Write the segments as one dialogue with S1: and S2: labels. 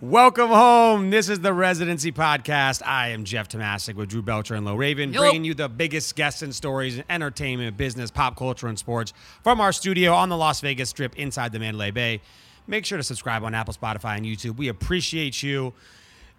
S1: Welcome home. This is the Residency Podcast. I am Jeff Tomasic with Drew Belcher and Low Raven,
S2: Yo.
S1: bringing you the biggest guests and stories in entertainment, business, pop culture, and sports from our studio on the Las Vegas Strip inside the Mandalay Bay. Make sure to subscribe on Apple, Spotify, and YouTube. We appreciate you.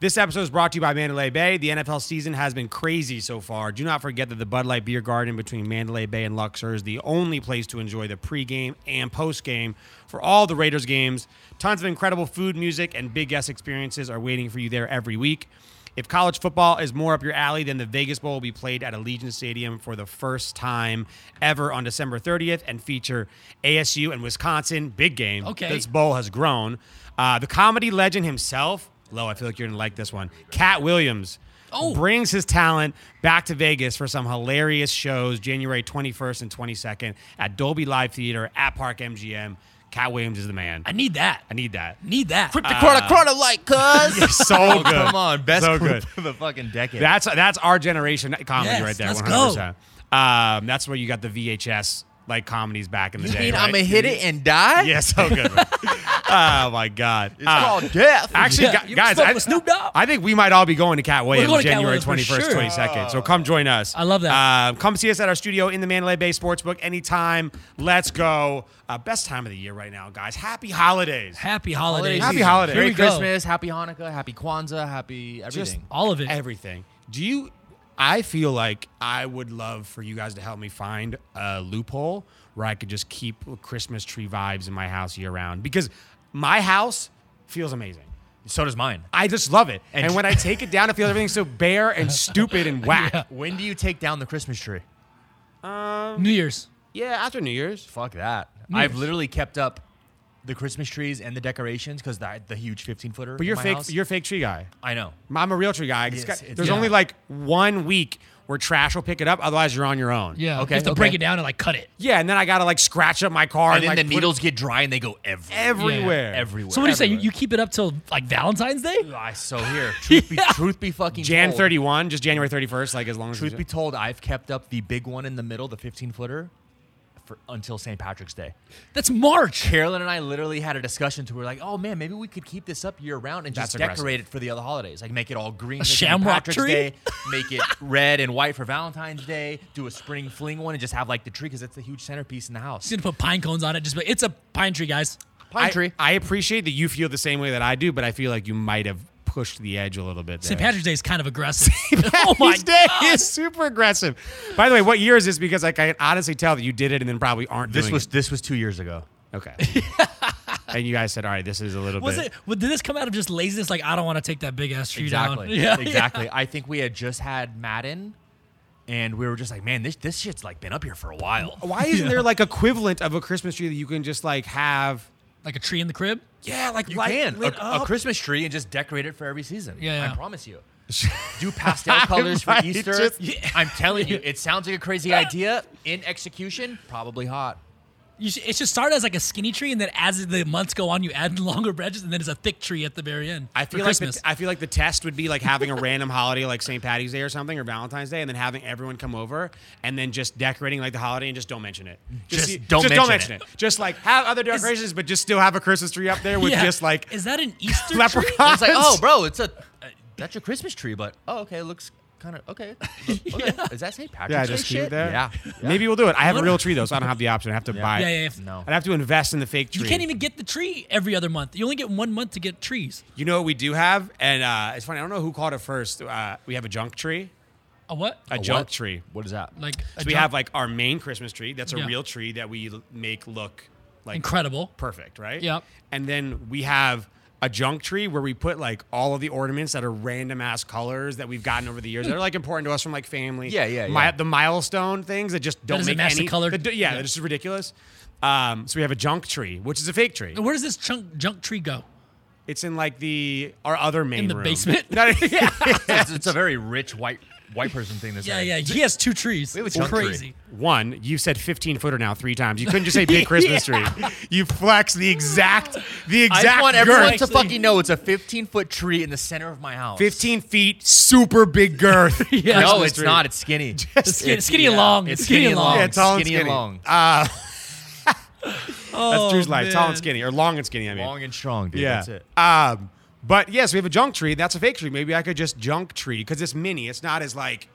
S1: This episode is brought to you by Mandalay Bay. The NFL season has been crazy so far. Do not forget that the Bud Light Beer Garden between Mandalay Bay and Luxor is the only place to enjoy the pregame and postgame for all the Raiders games. Tons of incredible food, music, and big guest experiences are waiting for you there every week. If college football is more up your alley, then the Vegas Bowl will be played at Allegiant Stadium for the first time ever on December 30th and feature ASU and Wisconsin. Big game.
S2: Okay.
S1: This bowl has grown. Uh, the comedy legend himself, Lo, I feel like you're going to like this one. Cat Williams
S2: Oh.
S1: brings his talent back to Vegas for some hilarious shows January 21st and 22nd at Dolby Live Theater at Park MGM. Cat Williams is the man.
S2: I need that.
S1: I need that.
S2: Need that. Ah.
S3: Corona, Corona, like, cuz.
S1: So
S3: Oh,
S1: good.
S3: come on. Best
S1: So
S3: group
S1: good.
S3: of the fucking decade.
S1: That's that's our generation comedy
S2: Yes,
S1: right there.
S2: let's
S1: 100%. Um, that's where you got the VHS like comedies back in the day.
S3: mean
S1: right?
S3: I'm going to hit it and die?
S1: Yeah, so good. man. oh my god.
S3: It's
S1: Uh,
S3: called death.
S1: Actually,
S2: Yeah,
S1: gu-
S2: you
S1: guys,
S2: spoke
S1: I,
S2: with Snoop Dogg?
S1: I think we might all be going to Cat Williams
S2: going to Cat
S1: January
S2: Williams for
S1: 21st,
S2: sure.
S1: 22nd. So come join us.
S2: I love that.
S1: Um, come see us at our studio in the Mandalay Bay Sportsbook anytime. Let's go. Uh, best time of the year right now, guys. Happy holidays.
S2: Happy holidays.
S1: Happy
S3: season.
S1: holidays.
S2: Here
S3: Merry
S2: we go.
S3: Christmas, Happy Hanukkah, Happy Kwanzaa, Happy
S1: Just
S3: everything.
S2: All of it.
S1: Everything. Do you? I feel like I would love for you guys to help me find a loophole where I could just keep Christmas tree vibes in my house year round because my house feels amazing.
S3: so does mine.
S1: I just love it. And,
S3: And-
S1: when I take it down, it feels everything so bare and stupid and whack. Yeah,
S3: When do you take down the Christmas tree?
S2: New Year's.
S1: after New Year's.
S3: Fuck that.
S2: New
S3: I've
S2: Year's.
S3: literally kept up the Christmas trees and the decorations because the, the huge 15 footer.
S1: But you're fake. You're a fake tree guy.
S3: I know.
S1: I'm a real tree guy. It's
S3: Yes,
S1: got-
S3: it's-
S1: there's
S3: yeah.
S1: only like one week where trash will pick it up. Otherwise, you're on your own.
S2: Yeah.
S3: Okay,
S2: You have to break
S3: okay.
S2: it down and like cut it.
S1: Yeah, and then I gotta like scratch up my car
S3: And
S1: and,
S3: then
S1: like,
S3: the
S1: put it
S3: needles get dry and they go everywhere.
S1: everywhere.
S3: everywhere.
S2: So what do you say? You, you keep it up till like Valentine's Day?
S3: I so here. Truth be, truth be fucking
S1: Jan
S3: told,
S1: 31, just January 31st, like as long as
S3: Truth
S1: you-
S3: be told, I've kept up the big one in the middle, the 15 footer, for until St. Patrick's Day.
S2: That's March.
S3: Carolyn and I literally had a discussion to where like, oh man, maybe we could keep this up year round and just
S1: That's aggressive.
S3: decorate it for the other holidays. Like make it all green,
S2: A
S3: for St.
S2: shamrock
S3: Patrick's
S2: tree?
S3: Day, make it red and white for Valentine's Day. Do a spring fling one and just have like the tree because that's the huge centerpiece in the house.
S2: Just gonna put pine cones on it. Just be like, it's a pine tree, guys.
S3: Pine
S1: I-
S3: tree.
S1: I, appreciate that you feel the same way that I do, but I feel like you might have pushed the edge a little bit.
S2: St.
S1: there.
S2: Patrick's Day is kind of aggressive. oh my
S1: Patrick's Day
S2: God.
S1: is super aggressive. By the way, what year is this? Because like I can honestly tell that you did it and then probably aren't
S3: This
S1: doing
S3: was
S1: it.
S3: this was two years ago.
S1: okay. and you guys said, "All right, this is a little
S2: Was
S1: bit."
S2: it? well, Did this come out of just laziness? Like I don't want to take that big ass tree
S3: Exactly.
S2: down. Yeah.
S3: exactly. I think we had just had Madden, and we were just like, man, this this shit's like been up here for a while.
S1: Why isn't there like equivalent of a Christmas tree that you can just like have?
S2: Like a tree in the crib.
S1: Yeah, like
S3: You
S1: light-
S3: can
S1: lit
S3: a, a
S1: up?
S3: Christmas tree and just decorate it for every season.
S2: Yeah, yeah.
S3: I promise you. Do pastel colors for
S1: might
S3: Easter.
S1: just-
S3: I'm telling you, it sounds like a crazy idea. In execution, probably hot.
S2: You should, it should start as like a skinny tree, and then as the months go on, you add longer branches, and then it's a thick tree at the very end.
S1: I
S2: for
S1: feel like
S2: Christmas.
S1: the, I feel like the test would be like having a random holiday like St. Patty's Day or something or Valentine's Day, and then having everyone come over and then just decorating like the holiday and just don't mention it.
S3: Just don't
S1: just don't
S3: mention
S1: mention it. Just like have other decorations, but just still have a Christmas tree up there with
S2: Yeah.
S1: just like
S2: is that an Easter tree?
S1: leprechaun.
S3: It's like, oh, bro, it's a uh, that's your Christmas tree, but oh, okay, it looks kind of okay. okay. Is that St. Patrick's
S1: Yeah,
S3: Day
S1: just keep
S3: shit?
S1: it there.
S3: Yeah.
S1: Maybe we'll do it. I have a real tree though, so I don't have the option. I have to buy it.
S2: Yeah, yeah, yeah.
S3: No.
S1: I'd have to invest in the fake tree.
S2: You can't even get the tree every other month. You only get one month to get trees.
S1: You know what we do have, and uh, it's funny. I don't know who called it first. Uh, we have a junk tree,
S2: A what?
S1: a,
S3: What?
S1: junk tree.
S3: What is that?
S2: like a
S1: So we
S2: junk-
S1: have like our main Christmas tree. That's a
S2: Yeah.
S1: real tree that we l- make look like
S2: incredible.
S1: perfect, right?
S2: Yep.
S1: And then we have a junk tree where we put like all of the ornaments that are random ass colors that we've gotten over the years that are like important to us from like family.
S3: Yeah, yeah,
S1: Mi-
S3: yeah.
S1: The milestone things that just don't
S2: doesn't
S1: make
S2: match the
S1: any
S2: color.
S1: that do- yeah,
S2: Yeah.
S1: that's just ridiculous. Um, so we have a junk tree, which is a fake tree.
S2: Where does this chunk junk tree go?
S1: It's in like the our other main
S2: the
S1: room.
S2: basement?
S1: No, yeah.
S3: it's, it's a very rich white white person thing to
S2: Yeah,
S3: say.
S2: yeah. He has two trees.
S3: We have a
S2: It's
S3: junk tree.
S2: crazy.
S1: One, you said 15 footer now three times. You couldn't just say big Christmas tree. You flex the exact the
S3: I
S1: exact
S3: just want everyone
S1: girth.
S3: to fucking know it's a 15 foot tree in the center of my house.
S1: 15 feet, super big girth.
S2: Yeah.
S3: No,
S1: Christmas
S3: it's
S1: tree.
S3: not. It's skinny.
S2: Skinny, skinny and long. It's skinny, and long.
S1: Yeah, tall and
S3: Skinny and
S1: skinny.
S3: long.
S1: That's Drew's
S2: Oh,
S1: life. Tall and
S2: man.
S1: skinny, or long and skinny. I mean,
S3: Long and strong, dude.
S1: yeah.
S3: That's it.
S1: Um, But yes, we have a junk tree. That's a fake tree. Maybe I could just junk tree because it's mini. It's not as like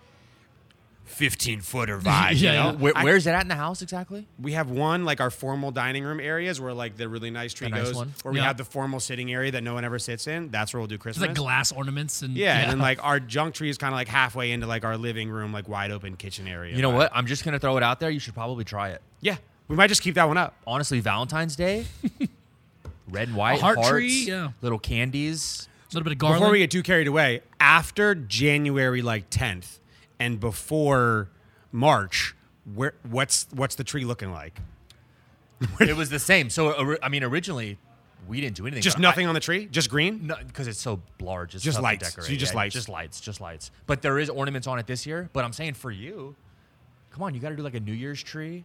S1: fifteen footer vibe.
S2: Yeah,
S1: you know?
S2: yeah.
S3: Where,
S1: I-
S3: where's it at in the house exactly?
S1: we have one like our formal dining room areas where like the really nice tree
S3: The nice
S1: goes,
S3: one?
S1: where we
S2: Yeah.
S1: have the formal sitting area that no one ever sits in. That's where we'll do
S2: It's
S1: Christmas.
S2: like glass ornaments and
S1: yeah, and then like our junk tree is kind of like halfway into like our living room, like wide open kitchen area.
S3: You know
S1: vibe.
S3: what? I'm just gonna throw it out there. You should probably try it.
S1: Yeah, we might just keep that one up.
S3: Honestly, Valentine's Day, red and white
S2: heart
S3: hearts,
S2: tree, yeah.
S3: little candies.
S2: a little bit of garland.
S1: Before we get too carried away, after January like 10th and before March, where what's what's the tree looking like?
S3: it was the same. So ori- I mean, originally we didn't do anything.
S1: Just
S3: but I-
S1: nothing on the tree? Just green?
S3: because it's so large. It's
S1: Just
S3: tough to
S1: lights. So you
S3: decorate.
S1: just
S3: Yeah,
S1: lights.
S3: Just lights. Just lights. But there is ornaments on it this year. But I'm saying for you, come on, you got to do like a New Year's tree.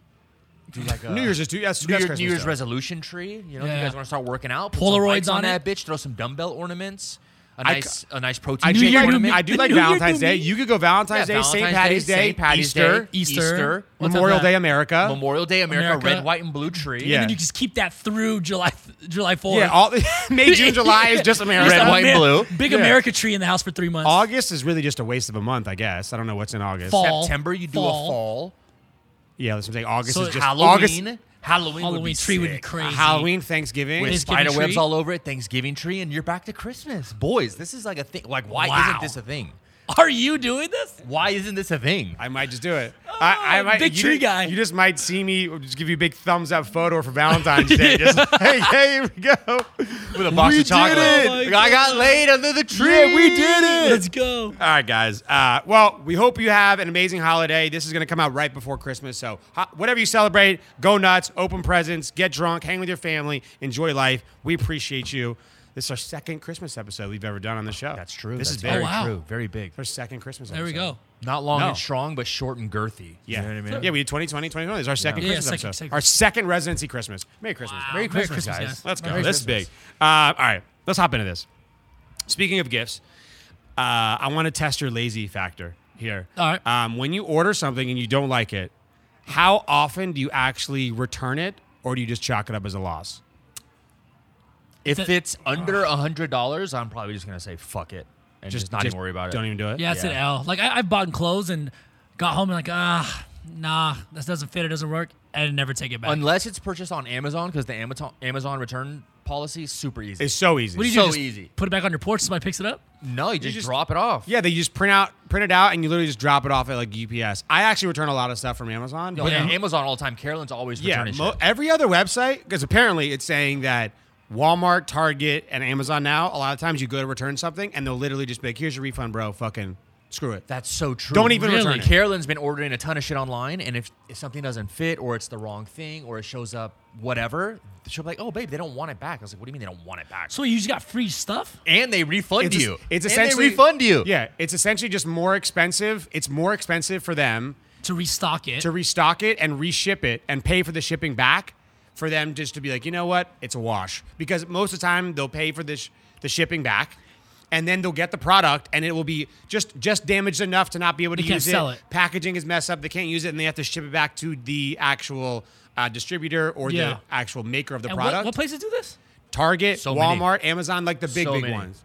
S3: Do like a
S1: New Year's is too that's,
S3: New,
S1: that's
S3: Year-
S1: Christmas
S3: New Year's
S1: though.
S3: resolution tree. You know, if
S2: Yeah.
S3: you guys want to start working out. put some
S2: Polaroids
S3: lights on,
S2: on
S3: that
S2: it.
S3: bitch. Throw some dumbbell ornaments. A
S1: I
S3: nice, a nice protein.
S1: I
S2: New
S1: do,
S3: shake
S2: Year,
S1: like,
S2: new
S3: ornament.
S2: me.
S1: I do like
S2: New Year, new
S1: Valentine's Day.
S2: me.
S1: You could go Valentine's
S3: Yeah,
S1: Day, St.
S3: Valentine's
S1: Patty's
S3: Day,
S1: Day,
S3: St. Patty's
S1: Easter,
S3: Day,
S2: Easter,
S3: Easter,
S2: What's
S1: Memorial
S2: after that?
S1: Day America.
S3: Memorial Day America,
S2: America.
S3: red, white, and blue tree.
S1: Yeah.
S2: and then you just keep that through July July 4th.
S1: yeah, all May, June, July is just America.
S3: Red,
S2: a
S3: white,
S2: man-
S3: and blue.
S2: Big
S1: Yeah.
S2: America tree in the house for three months.
S1: August is really just a waste of a month, I guess. I don't know what's in August.
S2: Fall.
S3: September, you do
S2: Fall.
S3: a fall.
S1: Yeah, that's what I'm saying. August
S2: So
S1: is just
S3: Halloween.
S1: August,
S3: Halloween, would be
S2: Halloween tree would be
S3: sick.
S2: crazy.
S1: Halloween, Thanksgiving.
S3: with
S2: Thanksgiving
S3: spider webs
S2: tree?
S3: all over it, Thanksgiving tree, and you're back to Christmas. Boys, this is like a thing. Like, why
S2: Wow.
S3: isn't this a thing?
S2: Are you doing this?
S3: Why isn't this a thing?
S1: I might just do it. I, I
S2: Oh,
S1: might
S2: big
S1: you
S2: tree
S1: just-
S2: guy.
S1: You just might see me or just give you a big thumbs up photo for Valentine's Day. Just hey, hey, here we go.
S3: With a box
S1: We
S3: of chocolate.
S1: did
S2: it! Oh
S3: Like, I got laid under the tree.
S1: Yeah, we did it.
S2: Let's go.
S1: All right, guys. Uh, well, we hope you have an amazing holiday. This is going to come out right before Christmas. So, ho- whatever you celebrate, go nuts, open presents, get drunk, hang with your family, enjoy life. We appreciate you. This is our second Christmas episode we've ever done on the show.
S3: That's true.
S1: This
S3: That's
S1: is very
S2: Oh, wow.
S3: true. Very big.
S1: our second Christmas
S2: There we
S1: episode.
S2: go.
S3: Not long
S1: No.
S3: and strong, but short and girthy. You
S1: Yeah.
S3: know what I mean?
S1: Yeah, we did 2020, 2020. This is our second
S2: Yeah,
S1: Christmas
S2: second-
S1: episode.
S2: second
S1: Our
S2: Christmas.
S1: second residency Christmas. Merry Christmas.
S2: Merry Christmas, guys.
S1: Let's go.
S2: Merry
S1: this
S3: Christmas.
S1: is big. Uh, all right, let's hop into this. Speaking of gifts, uh, I want to test your lazy factor here.
S2: All right.
S1: Um, when you order something and you don't like it, how often do you actually return it, or do you just chalk it up as a loss?
S3: If it's under a hundred dollars, I'm probably just gonna say fuck it and just, not even worry about it.
S1: Don't even do it.
S2: Yeah, that's an
S3: Yeah.
S2: L. Like I, I bought clothes and got home and like ah nah this doesn't fit it doesn't work and never take it back.
S3: Unless it's purchased on Amazon, because the Amazon Amazon return policy is super easy.
S1: It's so easy.
S2: what do you
S3: so
S2: do? Just
S3: easy.
S2: Put it back on your porch. Somebody picks it up.
S3: no, you just,
S1: just-
S3: drop it off.
S1: yeah, they just print out, print it out, and you literally just drop it off at like UPS. I actually return a lot of stuff from Amazon.
S3: Yo,
S1: but-
S2: Yeah.
S3: Amazon all the time. Carolyn's always
S1: Yeah,
S3: returning
S1: mo-
S3: shit.
S1: every other website, because apparently it's saying that Walmart, Target, and Amazon now, a lot of times you go to return something and they'll literally just be like, here's your refund, bro. Fucking screw it.
S3: That's so true.
S1: Don't even
S2: Really? return it.
S3: Carolyn's been ordering a ton of shit online, and if, if something doesn't fit or it's the wrong thing or it shows up whatever, she'll be like, "Oh, babe, they don't want it back." I was like, "What do you mean they don't want it back?"
S2: So you just got free stuff.
S3: and they refund
S1: It's,
S3: you.
S1: it's
S3: And
S1: essentially
S3: they refund you.
S1: Yeah, it's essentially just more expensive. It's more expensive for them
S2: to restock it.
S1: to restock it and reship it and pay for the shipping back for them just to be like, you know what, it's a wash. Because most of the time they'll pay for this the shipping back. And then they'll get the product, and it will be just just damaged enough to not be able to
S2: They can't
S1: use
S2: sell it.
S1: Packaging is messed up; they can't use it, and they have to ship it back to the actual uh, distributor or
S2: Yeah.
S1: the actual maker of the
S2: and what,
S1: product.
S2: what places do this?
S1: Target,
S3: So many.
S1: Walmart, Amazon, like the big
S3: So
S1: big
S3: many.
S1: ones.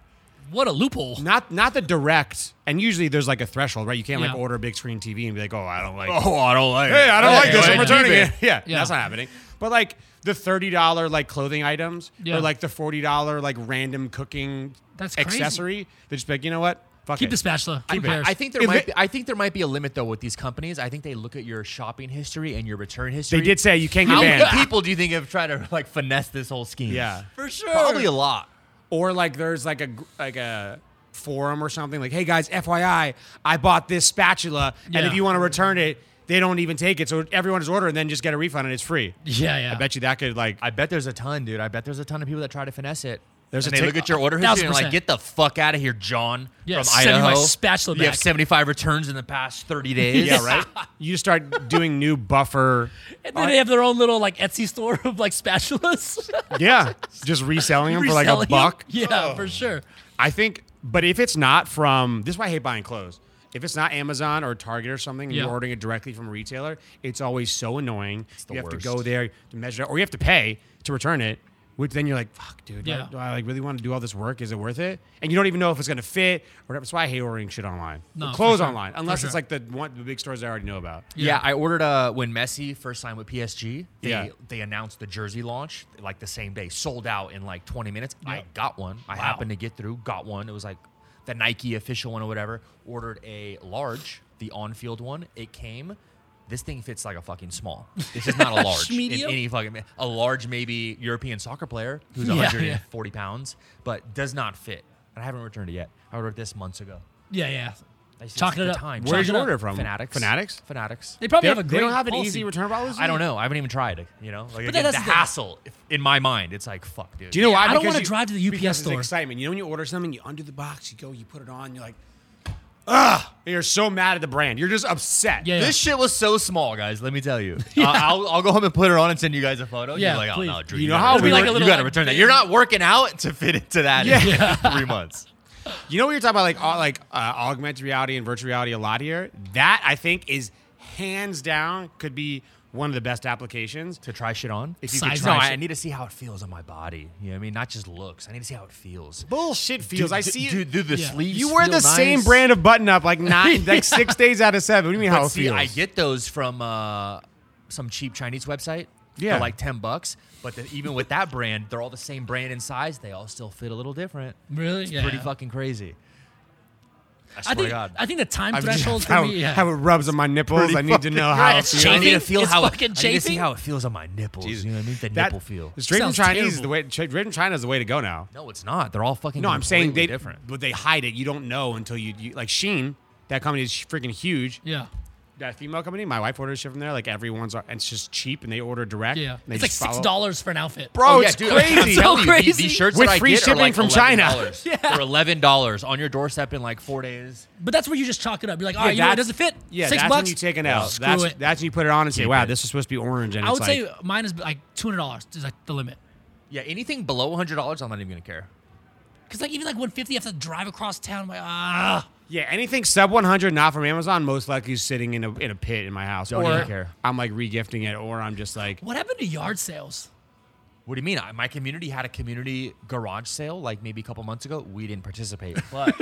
S2: What a loophole.
S1: Not not the direct, and usually there's like a threshold, right? You can't like
S2: Yeah.
S1: order a big screen TV and be like, oh, I don't like.
S3: Oh, I don't like.
S1: hey, I don't
S2: Yeah,
S1: like this.
S2: yeah,
S1: I'm
S2: yeah.
S1: returning
S3: Keep
S1: it. Yeah,
S2: Yeah.
S1: that's not happening. But like the thirty dollar like clothing items,
S2: Yeah.
S1: or like the forty dollar like random cooking
S2: That's crazy.
S1: accessory. They just be like, you know what? Fuck
S2: Keep
S1: it.
S2: the spatula.
S3: I,
S2: Who cares?
S3: I think there
S1: If
S3: might.
S1: they-
S3: be, I think there might be a limit though with these companies. I think they look at your shopping history and your return history.
S1: they did say you can't get
S3: How many
S1: banned.
S3: people do you think have tried to like finesse this whole scheme?
S1: Yeah.
S2: for sure.
S3: probably a lot.
S1: Or like there's like a gr- like a forum or something like, hey guys, FYI, I bought this spatula, and
S2: Yeah.
S1: if you want to return it, they don't even take it. So everyone just order and then just get a refund and it's free.
S2: Yeah, yeah.
S1: I bet you that could like
S3: I bet there's a ton, dude. I bet there's a ton of people that try to finesse it.
S1: There's a
S3: and they
S1: tick-
S3: look at your order
S2: Thousand
S3: history and like,
S2: percent.
S3: get the fuck out of here, John.
S2: Yeah,
S3: from
S2: send me my
S3: Idaho.
S2: spatula
S3: You have
S2: back."
S3: 75 returns in the past 30 days.
S1: yeah, right. You start doing new buffer.
S2: And then they have their own little like Etsy store of like spatulas.
S1: Yeah, just reselling them for like a
S2: Reselling 'em.
S1: buck.
S2: Yeah, for sure.
S1: I think, but if it's not from this, is why I hate buying clothes. If it's not Amazon or Target or something, and
S2: Yeah.
S1: you're ordering it directly from a retailer. It's always so annoying.
S3: the
S1: you have
S3: worst.
S1: to go there to measure, it, or you have to pay to return it. Which then you're like, fuck, dude. do I-
S2: Yeah.
S1: Do I like really want to do all this work? Is it worth it? And you don't even know if it's gonna fit or whatever. So I hate ordering shit online.
S2: No, for
S1: clothes
S2: sure.
S1: online,
S2: For
S1: unless
S2: sure.
S1: it's like the one the big stores I already know about.
S3: Yeah. I ordered uh when Messi first signed with PSG. They,
S1: Yeah.
S3: they announced the jersey launch like the same day, sold out in like 20 minutes. I got one. I happened to get through, got one. It was like the Nike official one or whatever. Ordered a large, the on-field one. It came. This thing fits like a fucking small. This is not a large in
S2: Medium?
S3: any fucking ma- a large maybe European soccer player who's
S2: Yeah, yeah.
S3: 140 pounds, but does not fit. And I haven't returned it yet. I ordered this months ago.
S2: Yeah, yeah.
S3: I just-
S2: Chalk it
S3: the
S2: up.
S3: time.
S2: Chalk
S1: Where'd you
S2: it up.
S1: order it from?
S3: Fanatics.
S1: Fanatics.
S3: Fanatics.
S2: They
S1: They,
S2: probably have a
S1: they
S2: great.
S1: don't have an
S2: policy.
S1: easy return policy.
S3: I don't know. I haven't even tried. You know, like
S2: But
S3: again,
S2: that's
S3: the
S2: the thing.
S3: hassle in my mind. It's like fuck, dude.
S1: Do you know
S2: Yeah,
S1: why?
S2: I don't
S1: Because
S2: wanna
S1: you-
S2: drive to the UPS
S1: because
S2: store.
S1: It's excitement. You know when you order something, you undo the box, you go, you put it on, you're like, ugh. And You're so mad at the brand. You're just upset.
S2: Yeah, yeah.
S3: This shit was so small, guys. Let me tell you. Uh, I'll, I'll go home and put it on and send you guys a photo.
S2: Yeah,
S3: You're like, oh
S2: please.
S3: no, Drew,
S1: You
S3: you,
S1: know
S3: gotta
S1: how
S3: return-
S1: we
S3: you
S1: like
S2: a little,
S3: gotta
S2: like,
S3: return that. You're not working out to fit into that in three months.
S1: You know what you're talking about, like au- like uh, augmented reality and virtual reality a lot here. That I think is hands down could be one of the best applications.
S3: To try shit on.
S1: If you could
S2: Size
S1: try
S3: no,
S1: shit-
S3: I need to see how it feels on my body. You know what I mean? Not just looks. I need to see how it feels.
S1: bullshit feels. I see
S3: Dude, do the
S2: Yeah.
S3: sleeves.
S1: you wear the
S3: feel
S1: same
S3: nice?
S1: brand of button up like nine, like six days out of seven. What do you mean
S3: But
S1: how it
S3: see,
S1: feels?
S3: I get those from uh, some cheap Chinese website.
S1: Yeah.
S3: for like ten bucks. But the, even with that brand, they're all the same brand and size. They all still fit a little different.
S2: Really?
S3: It's
S2: Yeah.
S3: pretty fucking crazy. I swear
S2: I think
S3: to God.
S2: I think the time
S1: I've-
S2: threshold for
S1: how,
S2: me. Yeah.
S1: how it rubs on my nipples. I need to know how it
S2: It's
S1: feels.
S3: I need to
S2: chafing.
S3: feel
S2: It's
S3: how
S2: fucking
S3: I need to see
S2: chafing.
S3: how it feels on my nipples. You know what I mean? The
S1: That-
S3: nipple feel.
S1: Straight from
S2: Sounds
S1: Chinese is
S2: terrible.
S1: the way. Straight from China is the way to go now.
S3: No, it's not. They're all fucking.
S1: No, I'm saying
S3: completely
S1: they
S3: different.
S1: but they hide it. You don't know until you, you like Sheen. That company is freaking huge.
S2: yeah.
S1: That female company, my wife orders shit from there. Like everyone's, uh, and it's just cheap, and they order direct.
S2: Yeah.
S1: and they
S2: It's like
S1: just follow.
S2: six dollars for an outfit.
S1: bro.
S3: Oh,
S1: it's
S3: yeah, dude, I'm
S1: crazy.
S2: So
S3: telling you, the-
S2: crazy.
S3: These shirts
S1: With
S3: that I
S1: free
S3: get are
S1: shipping
S3: like
S1: from China.
S3: $11. They're eleven dollars on your doorstep in like four days.
S2: But that's where you just chalk it up. You're like, all right, you know, it
S1: that's-
S2: doesn't fit.
S1: Yeah,
S2: Six
S1: that's
S2: bucks.
S1: when you take it out.
S2: Screw
S1: that's
S2: it.
S1: that's when you put it on and say, "Wow,
S3: it.
S1: this is supposed to be orange." And
S2: I
S1: it's
S2: would
S1: like,
S2: say mine is like two hundred dollars is like the limit.
S3: Yeah, anything below one hundred dollars, I'm not even gonna care.
S2: Cause like even like one fifty, you have to drive across town. I'm like ah,
S1: yeah, anything sub 100 not from Amazon, most likely is sitting in a in a pit in my house,
S3: Don't
S1: or
S3: even care.
S1: I'm like regifting it, or I'm just like,
S2: what happened to yard sales?
S3: What do you mean? I- My community had a community garage sale like maybe a couple months ago. We didn't participate. But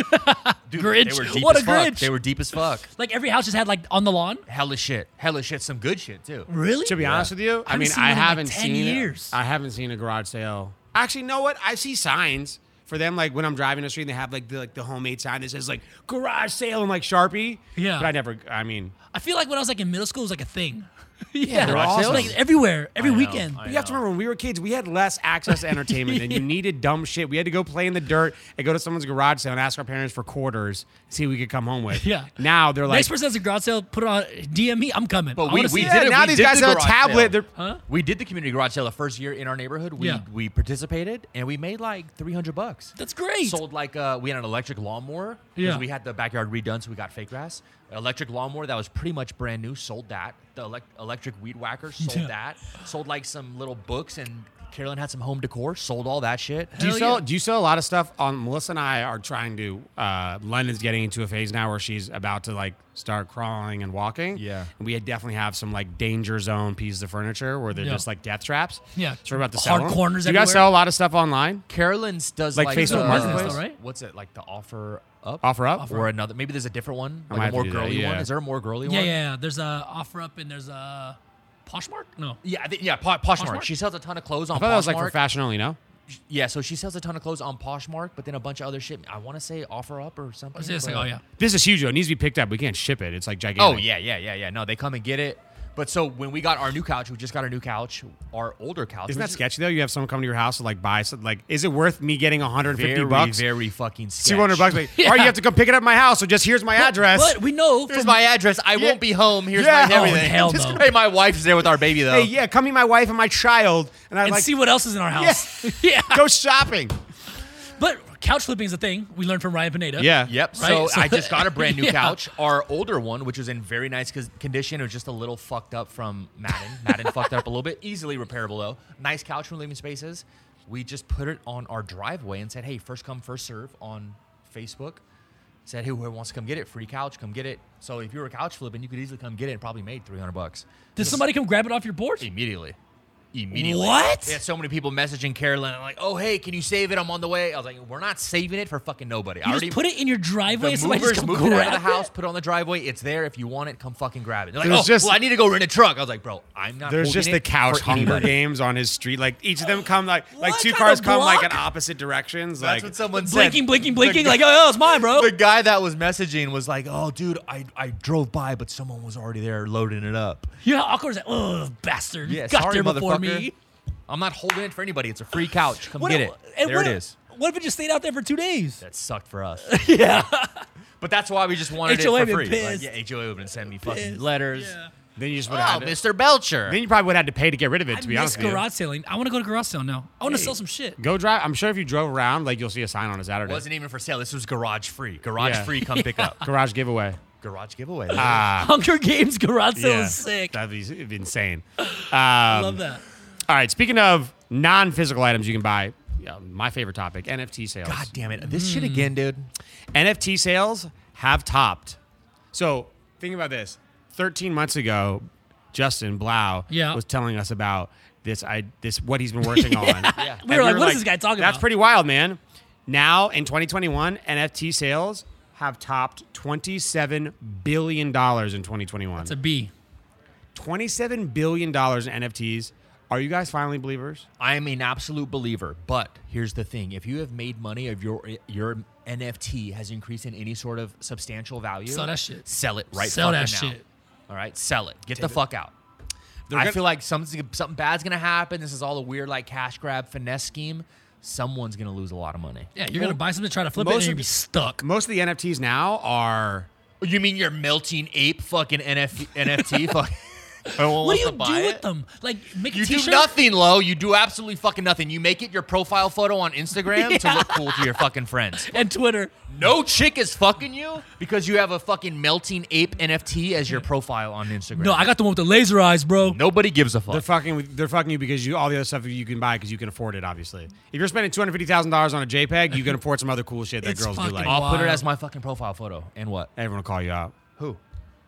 S3: dude,
S2: Grinch.
S3: they were deep
S2: What a
S3: as fuck.
S2: Grinch.
S3: They were deep as fuck.
S2: Like every house just had like on the lawn.
S3: Hella shit. Hella shit. Some good shit too.
S2: Really?
S1: to be honest with you, I,
S2: haven't
S1: mean,
S2: seen
S1: I
S2: one in, like,
S1: haven't
S2: 10
S1: seen
S2: years.
S1: I haven't seen a garage sale. Actually, you know what? I see signs for them like when I'm driving the street, and they have like the like the homemade sign that says like garage sale and like Sharpie.
S2: Yeah.
S1: but I never. I mean,
S2: I feel like when I was like in middle school, it was like a thing. yeah,
S1: they're
S2: It was,
S1: awesome.
S2: like everywhere, every
S3: know,
S2: weekend.
S3: I
S1: But you have to
S3: know.
S1: remember when we were kids, we had less access to entertainment than you needed dumb shit. We had to go play in the dirt and go to someone's garage sale and ask our parents for quarters, see what we could come home with.
S2: Yeah.
S1: Now they're like,
S2: Next person has a garage sale, put it on DM me. I'm coming.
S3: But
S2: I
S3: we,
S2: wanna
S3: we
S2: see
S1: Yeah,
S3: did it.
S1: now
S3: We
S1: these
S3: did
S1: guys
S3: the
S1: have a
S3: garage
S1: tablet.
S3: sale.
S1: They're-
S2: Huh?
S3: We did the community garage sale the first year in our neighborhood. We
S2: Yeah.
S3: we participated and we made like three hundred bucks.
S2: That's great.
S3: Sold like uh, we had an electric lawnmower because
S2: Yeah.
S3: we had the backyard redone, so we got fake grass. An electric lawnmower that was pretty much brand new. Sold that. The elec- electric weed whacker sold
S2: Yeah.
S3: that. Sold like some little books and Carolyn had some home decor. Sold all that shit.
S1: do you
S2: Hell
S1: sell?
S2: yeah.
S1: Do you sell a lot of stuff? On Melissa and I are trying to. Uh, London's getting into a phase now where she's about to like start crawling and walking.
S3: Yeah.
S1: and we definitely have some like danger zone pieces of furniture where they're
S2: Yeah.
S1: just like death traps.
S2: Yeah.
S1: so we're about to sell
S2: Hard
S1: them.
S2: corners
S1: Do you guys
S2: everywhere.
S1: sell a lot of stuff online?
S3: Carolyn's does
S1: Like
S3: like,
S1: Facebook
S3: the-
S1: Marketplace?
S2: Though, right?
S3: What's it like? The offer up.
S1: Offer up?
S3: Or another, maybe there's a different one,
S1: might
S3: like a
S1: have to
S3: more
S1: do that,
S3: girly one.
S1: yeah.
S3: Is there a more girly
S2: Yeah,
S3: one?
S2: yeah, yeah. There's a offer up and there's a Poshmark. No,
S3: Yeah, I think- yeah, po- Poshmark.
S2: Poshmark?
S3: She sells a ton of clothes on
S1: I thought that was
S3: Poshmark.
S1: like for fashion only. No.
S3: yeah, so she sells a ton of clothes on Poshmark, but then a bunch of other shit. I want to say offer up or something.
S2: it's just like
S3: but-
S2: oh yeah,
S1: This is huge. though. It needs to be picked up. We can't ship it. It's like gigantic.
S3: Oh yeah, yeah, yeah, yeah. No, they come and get it. But so when we got our new couch, we just got our new couch, our older couch.
S1: Isn't
S3: which
S1: that
S3: is
S1: sketchy though? You have someone come to your house and like buy something. Like, is it worth me getting 150
S3: Very,
S1: bucks,
S3: very fucking sketch.
S1: 200 bucks? Like, all right, you have to come pick it up at my house. So just here's my address.
S2: But we know
S3: Here's
S2: from
S3: my address. I won't be home. Here's
S1: Yeah.
S3: my
S1: Oh,
S3: everything.
S2: hell
S3: Just-
S2: no.
S3: Hey, my wife's there with our baby though.
S1: hey, yeah, come meet my wife and my child, and I
S2: and
S1: like
S2: see what else is in our house. Yeah.
S1: go shopping.
S2: But couch flipping is a thing we learned from Ryan Pineda.
S1: Yeah.
S3: Yep.
S2: Right?
S3: So,
S2: So-
S3: I just got a brand new
S2: Yeah.
S3: couch. Our older one, which was in very nice cos- condition, it was just a little fucked up from Madden. Madden fucked up a little bit. Easily repairable though. Nice couch from Living Spaces. We just put it on our driveway and said, "Hey, first come, first serve on Facebook." Said, "Hey, whoever wants to come get it, free couch, come get it." So if you were couch flipping, you could easily come get it and probably made three hundred bucks
S2: Did somebody come grab it off your board?
S3: immediately. immediately.
S2: What?
S3: We had so many people messaging Carolyn like, "Oh hey, can you save it? I'm on the way." I was like, "We're not saving it for fucking nobody." I
S2: You just put it in your driveway. and
S3: the
S2: somebody just
S3: movers
S2: come
S3: moved it out of the
S2: grab
S3: house, put it on the driveway. It's there. If you want it, come fucking grab it. They're like,
S1: There's
S3: "Oh,
S1: just-
S3: well, I need to go rent a truck." I was like, "Bro, I'm not."
S1: There's
S3: holding
S1: just
S3: it
S1: the couch
S3: for
S1: hunger
S3: anybody."
S1: games on his street. Like each of them come like like
S2: Oh. What
S1: two
S2: kind
S1: cars
S2: of
S1: come like in
S2: block?
S1: opposite directions. like
S3: That's what someone said.
S2: Blinking, blinking, blinking.
S3: The
S2: Like, oh, it's mine, bro.
S3: the guy that was messaging was like, "Oh, dude, I, I drove by, but someone was already there loading it up."
S2: You know how awkward is that? Oh, bastard.
S3: Yeah,
S2: Got
S3: sorry,
S2: there before
S3: motherfucker.
S2: me.
S3: I'm not holding it for anybody. It's a free couch. Come get it.
S2: and
S3: There
S2: what,
S3: it is.
S2: What if it just stayed out there for two days?
S3: That sucked for us.
S2: Yeah.
S3: But that's why we just wanted
S2: HOA
S3: it
S2: been
S3: for free. Like,
S2: pissed.
S3: yeah, HOA would have sent me fucking
S2: Pissed.
S3: letters.
S1: then you just would
S3: Oh,
S1: have.
S3: Mr. Belcher.
S1: Then you probably would have had to pay to get rid of it.
S2: I
S1: To be
S2: miss
S1: honest with you,
S2: garage sailing. I want to go to garage sale now. I want to sell some shit.
S1: go drive. I'm sure if you drove around, like you'll see a sign on a
S3: It
S1: Saturday.
S3: wasn't even for sale. This was garage free. Garage
S1: Yeah.
S3: free, come pick up.
S1: garage giveaway.
S3: Garage giveaway.
S1: Ah,
S2: Hunger Games garage sale
S1: yeah, um,
S2: is sick.
S1: That'd be it'd be insane.
S2: I love that.
S1: All right. Speaking of non-physical items you can buy, yeah, my favorite topic: NFT sales.
S3: God damn it. This shit again, dude.
S1: NFT sales have topped. So think about this. 13 months ago, Justin Blau
S2: Yeah.
S1: was telling us about this I this what he's been working on.
S3: Yeah.
S1: And
S2: We were like, "What is this guy talking
S1: That's
S2: about?"
S1: pretty wild, man. Now in 2021, NFT sales have topped 27 billion dollars in 2021.
S2: It's a B.
S1: 27 billion dollars in NFTs. Are you guys finally believers?
S3: I am an absolute believer, but here's the thing: if you have made money, if your your NFT has increased in any sort of substantial value,
S2: Sell that shit.
S3: Sell it right.
S2: Sell that
S3: fucking now.
S2: shit.
S3: All right, sell it. Get the fuck out.
S1: They're
S3: I
S1: gonna-
S3: feel like something something bad's gonna happen. This is all a weird like cash grab finesse scheme. Someone's gonna lose a lot of money.
S2: Yeah, you're gonna buy something, try to flip it,
S1: most
S2: and you're
S1: of
S2: gonna be
S1: the-
S2: stuck.
S1: Most of the NFTs now are
S3: You mean your melting ape fucking NF- NFT? Fuck.
S2: What do you do with them? Like, make
S3: You
S2: a t-shirt.
S3: do nothing, Lo. You do absolutely fucking nothing. You make it your profile photo on Instagram to look cool to your fucking friends.
S2: and Twitter.
S3: No chick is fucking you because you have a fucking melting ape NFT as your profile on Instagram.
S2: No, I got the one with the laser eyes, bro.
S3: Nobody gives a
S1: They're
S3: fuck.
S1: fucking. with- They're fucking you because you all the other stuff you can buy because you can afford it. Obviously, if you're spending two hundred fifty thousand dollars on a JPEG, you can afford some other cool shit that
S2: It's
S1: girls do
S2: fucking
S1: like.
S2: awful.
S3: I'll put it
S2: Wow.
S3: as my fucking profile photo. And what?
S1: Everyone will call you out.
S3: Who?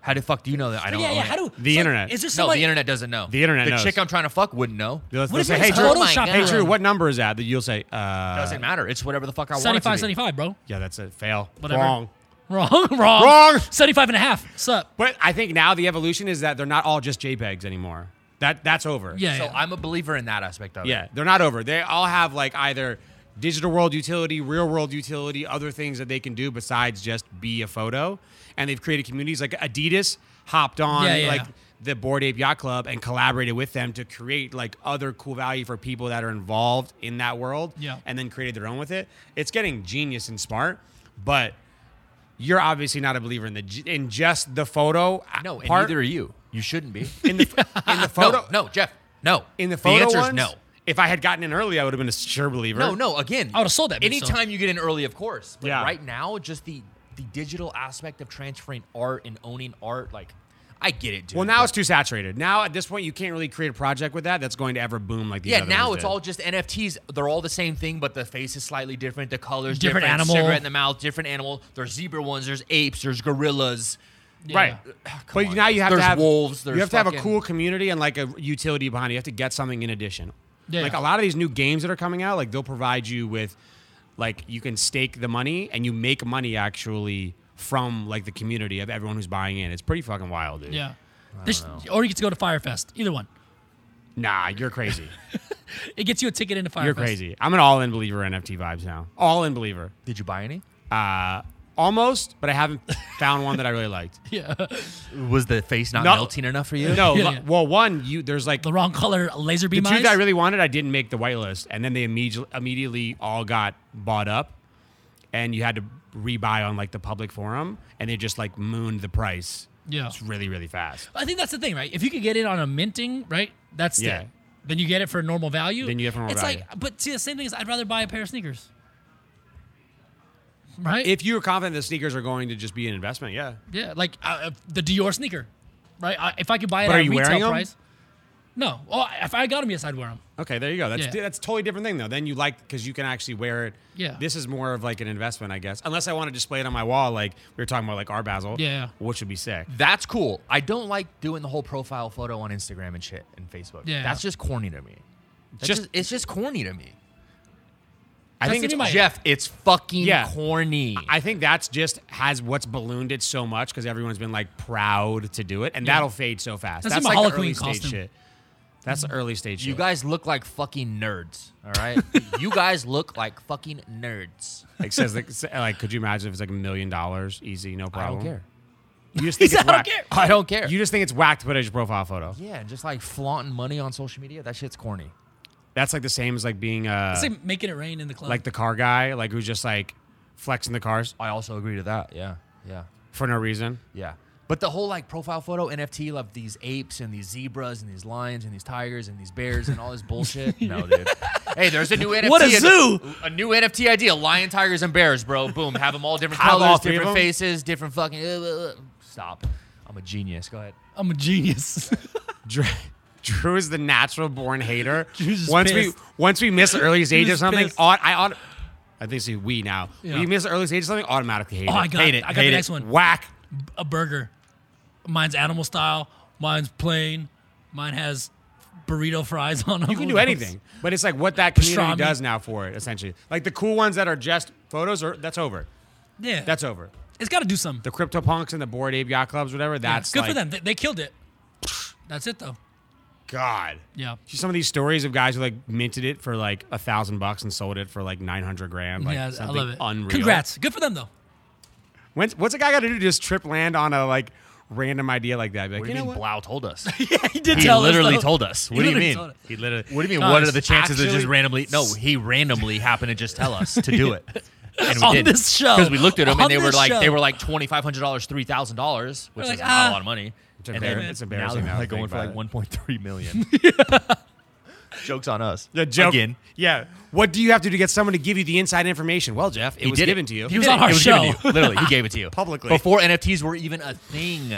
S3: How the fuck do you know that I don't?
S2: yeah,
S3: own
S2: yeah.
S3: it?
S2: How do
S1: The
S2: so
S1: internet.
S2: Is there
S3: No,
S2: somebody?
S3: the internet doesn't know.
S1: The internet
S3: The
S1: knows.
S3: chick I'm trying to fuck wouldn't know.
S1: They'll-
S2: What
S1: they'll
S2: if
S1: say,
S2: it's
S1: "Hey,
S2: a
S1: Drew,
S3: Oh my
S2: Photoshop?
S3: God.
S1: hey,
S2: program?
S1: Drew, what number is that?" That you'll say, uh,
S3: Doesn't matter. It's whatever the fuck I want. it to
S2: 75,
S3: be.
S2: 75, bro.
S1: "Yeah, that's it. Fail.
S2: Whatever.
S1: Wrong."
S2: Wrong, wrong.
S1: Wrong.
S2: 75 and a half. Sup?
S1: But I think now the evolution is that they're not all just JPEGs anymore. That that's over.
S2: Yeah,
S3: So
S2: yeah.
S3: I'm a believer in that aspect of it.
S1: yeah, they're not over. They all have like either digital world utility, real world utility, other things that they can do besides just be a photo. And they've created communities like Adidas hopped on
S2: Yeah, yeah.
S1: like the Board Ape Yacht Club and collaborated with them to create like other cool value for people that are involved in that world.
S2: Yeah.
S1: And then created their own with it. It's getting genius and smart, but you're obviously not a believer in the j- in just the photo.
S3: No, and
S1: part.
S3: neither are you. You shouldn't be.
S1: in the in the photo.
S3: no, no, Jeff. No.
S1: In the photo
S3: the answer
S1: ones,
S3: is no.
S1: If I had gotten in early, I would have been a sure believer.
S3: No, no. Again,
S2: I would've sold that bitch,
S3: Anytime you get in early, of course. But
S1: Yeah.
S3: right now, just the the digital aspect of transferring art and owning art, like, I get it, dude.
S1: Well, now
S3: but-
S1: it's too saturated. Now at this point, you can't really create a project with that that's going to ever boom like these.
S3: yeah.
S1: other
S3: Now
S1: ones
S3: it's
S1: did.
S3: all just NFTs. They're all the same thing, but the face is slightly different. The colors
S2: Different
S3: different.
S2: animal.
S3: Cigarette in the mouth. Different animal. There's zebra ones. There's apes. There's gorillas.
S1: right. But
S3: on,
S1: now you have
S3: there's
S1: to have
S3: wolves,
S1: you
S3: there's
S1: have to have a
S3: fucking-
S1: cool community and like a utility behind. it. You have to get something in addition.
S2: Yeah.
S1: Like a lot of these new games that are coming out, like they'll provide you with, like you can stake the money and you make money actually from like the community of everyone who's buying in. It's pretty fucking wild, dude.
S2: Yeah. This, or you get to go to Firefest. Either one.
S1: Nah, you're crazy.
S2: It gets you a ticket into Firefest.
S1: you're crazy. I'm an all-in believer in NFT vibes now. All-in believer.
S3: Did you buy any?
S1: Uh, almost, but I haven't found one that I really liked.
S2: Yeah.
S3: Was the face not
S1: No.
S3: melting enough for you?
S1: No,
S2: Yeah,
S1: lo-
S2: yeah.
S1: well, one you there's like
S2: The
S1: the
S2: wrong color laser
S1: two
S2: beam eyes.
S1: that I really wanted. I didn't make the whitelist, and then they immediately immediately all got bought up, and you had to rebuy on like the public forum, and they just like mooned the price.
S2: Yeah.
S1: it's really really fast.
S2: I think that's the thing, right? If you could get it on a minting, right? That's
S1: Yeah.
S2: it. Then you get it for normal value.
S1: Then you get it for normal
S2: it's
S1: value.
S2: like, but see, the same thing is, I'd rather buy a pair of sneakers, right?
S1: If you were confident the sneakers are going to just be an investment, yeah.
S2: yeah, like uh, uh, the Dior sneaker, right? I, if I could buy it
S1: But
S2: at
S1: are
S2: a
S1: you
S2: retail
S1: wearing 'em?
S2: price, No. Oh, if I got them, yes, I'd wear them.
S1: Okay, there you go. That's
S2: Yeah.
S1: that's a totally different thing though. Then you like because you can actually wear it.
S2: Yeah.
S1: This is more of like an investment, I guess. Unless I want to display it on my wall, like we were talking about, like our Basil.
S2: Yeah.
S1: Which would be sick.
S3: That's cool. I don't like doing the whole profile photo on Instagram and shit and Facebook.
S2: Yeah.
S3: That's just corny to me. That's
S1: Just-
S3: just, it's just corny to me. I
S2: That's
S3: think
S2: gonna
S3: it's
S2: be my-
S3: Jeff. It's fucking
S1: Yeah.
S3: corny.
S1: I think that's just has what's ballooned it so much because everyone's been like proud to do it, and
S2: Yeah.
S1: that'll fade so fast.
S2: That's
S1: That's,
S2: my
S1: like the
S2: Harlequin
S1: early stage
S2: costume.
S1: shit. That's the early stage shit.
S3: Mm-hmm. you guys look like fucking nerds. All right, you guys look like fucking nerds.
S1: like says like, s- like could you imagine if it's like a million dollars easy, no
S3: I
S1: problem.
S3: don't care.
S1: You just think
S2: He
S1: it's
S2: said, "I don't
S1: whack.
S2: care."
S3: I don't care.
S1: You just think it's whack to put as your profile photo.
S3: yeah, and just like flaunting money on social media. That shit's corny.
S1: That's like the same as like being uh
S2: It's like making it rain in the club.
S1: like the car guy, like who's just like flexing the cars
S3: I also agree to that. Yeah, yeah,
S1: for no reason.
S3: yeah. But the whole like profile photo NFT of these apes and these zebras and these lions and these tigers and these bears and all this bullshit. No, dude. Hey, there's a new NFT.
S2: What a
S3: idea-
S2: zoo!
S3: A new NFT idea: lion, tigers, and bears, bro. Boom. Have them all different
S1: Have all
S3: colors,
S1: three of
S3: different
S1: them?
S3: faces, different fucking. uh, Stop. I'm a genius. Go ahead.
S2: I'm a genius.
S1: Drew, Drew is the natural born hater.
S2: Drew's just
S1: once
S2: pissed.
S1: we once we miss early stage or
S2: just
S1: something,
S2: pissed.
S1: aut- I aut- I think it's we now.
S2: Yeah.
S1: We miss early stage or something, automatically hate
S2: Oh,
S1: it.
S2: I got-
S1: hate it.
S2: I got the
S1: hate it.
S2: next one.
S1: Whack.
S2: a burger. Mine's animal style. Mine's plain. Mine has burrito fries on them.
S1: You can do anything, but it's like what that community
S2: Pastrami.
S1: does now for it, essentially. Like the cool ones that are just photos, or that's over.
S2: Yeah,
S1: That's over.
S2: it's got to do something.
S1: The crypto punks and the board ape yacht clubs, whatever.
S2: Yeah,
S1: That's
S2: good for
S1: like-
S2: them. They, they killed it. That's it though.
S1: God.
S2: Yeah.
S1: See some of these stories of guys who like minted it for like a thousand bucks and sold it for like nine hundred grand. Like
S2: yeah, I
S1: something
S2: love it.
S1: Unreal.
S2: Congrats. Good for them though.
S1: When's, what's a guy got to do to just trip land on a like random idea like that? Be like,
S3: What do
S1: you
S3: you
S1: know
S3: mean
S1: what?
S3: Blau told us?
S2: yeah, he did
S3: He
S2: tell
S3: literally
S2: us, though.
S3: told us.
S2: He
S3: What do you
S2: literally
S3: mean?
S2: told us.
S1: He literally.
S3: What do you mean? what
S2: Guys,
S3: are the chances of
S1: actually-
S3: just randomly? No, he randomly happened to just tell us to do it, and
S2: On this show.
S3: because we looked at them
S2: On
S3: and they were
S2: this
S3: like they
S2: show.
S3: were like twenty five hundred dollars, three thousand dollars, which
S2: We're
S3: is
S2: like,
S3: not
S2: ah.
S3: a lot of money.
S1: It's,
S3: And
S1: embar-
S3: they're-
S1: it's
S3: now
S1: embarrassing
S3: they're
S1: now. to
S3: like
S1: think
S3: going for
S1: about
S3: like
S1: it.
S3: one point three million. Jokes on us.
S1: The joke.
S3: Again.
S1: Yeah. What do you have to do to get someone to give you the inside information? Well, Jeff, it was
S3: did it.
S1: given to you.
S2: He was
S3: did
S2: on
S3: it.
S2: our
S3: It was given to
S2: show.
S3: you. Literally, he gave it to you
S1: Publicly.
S3: before NFTs were even a thing.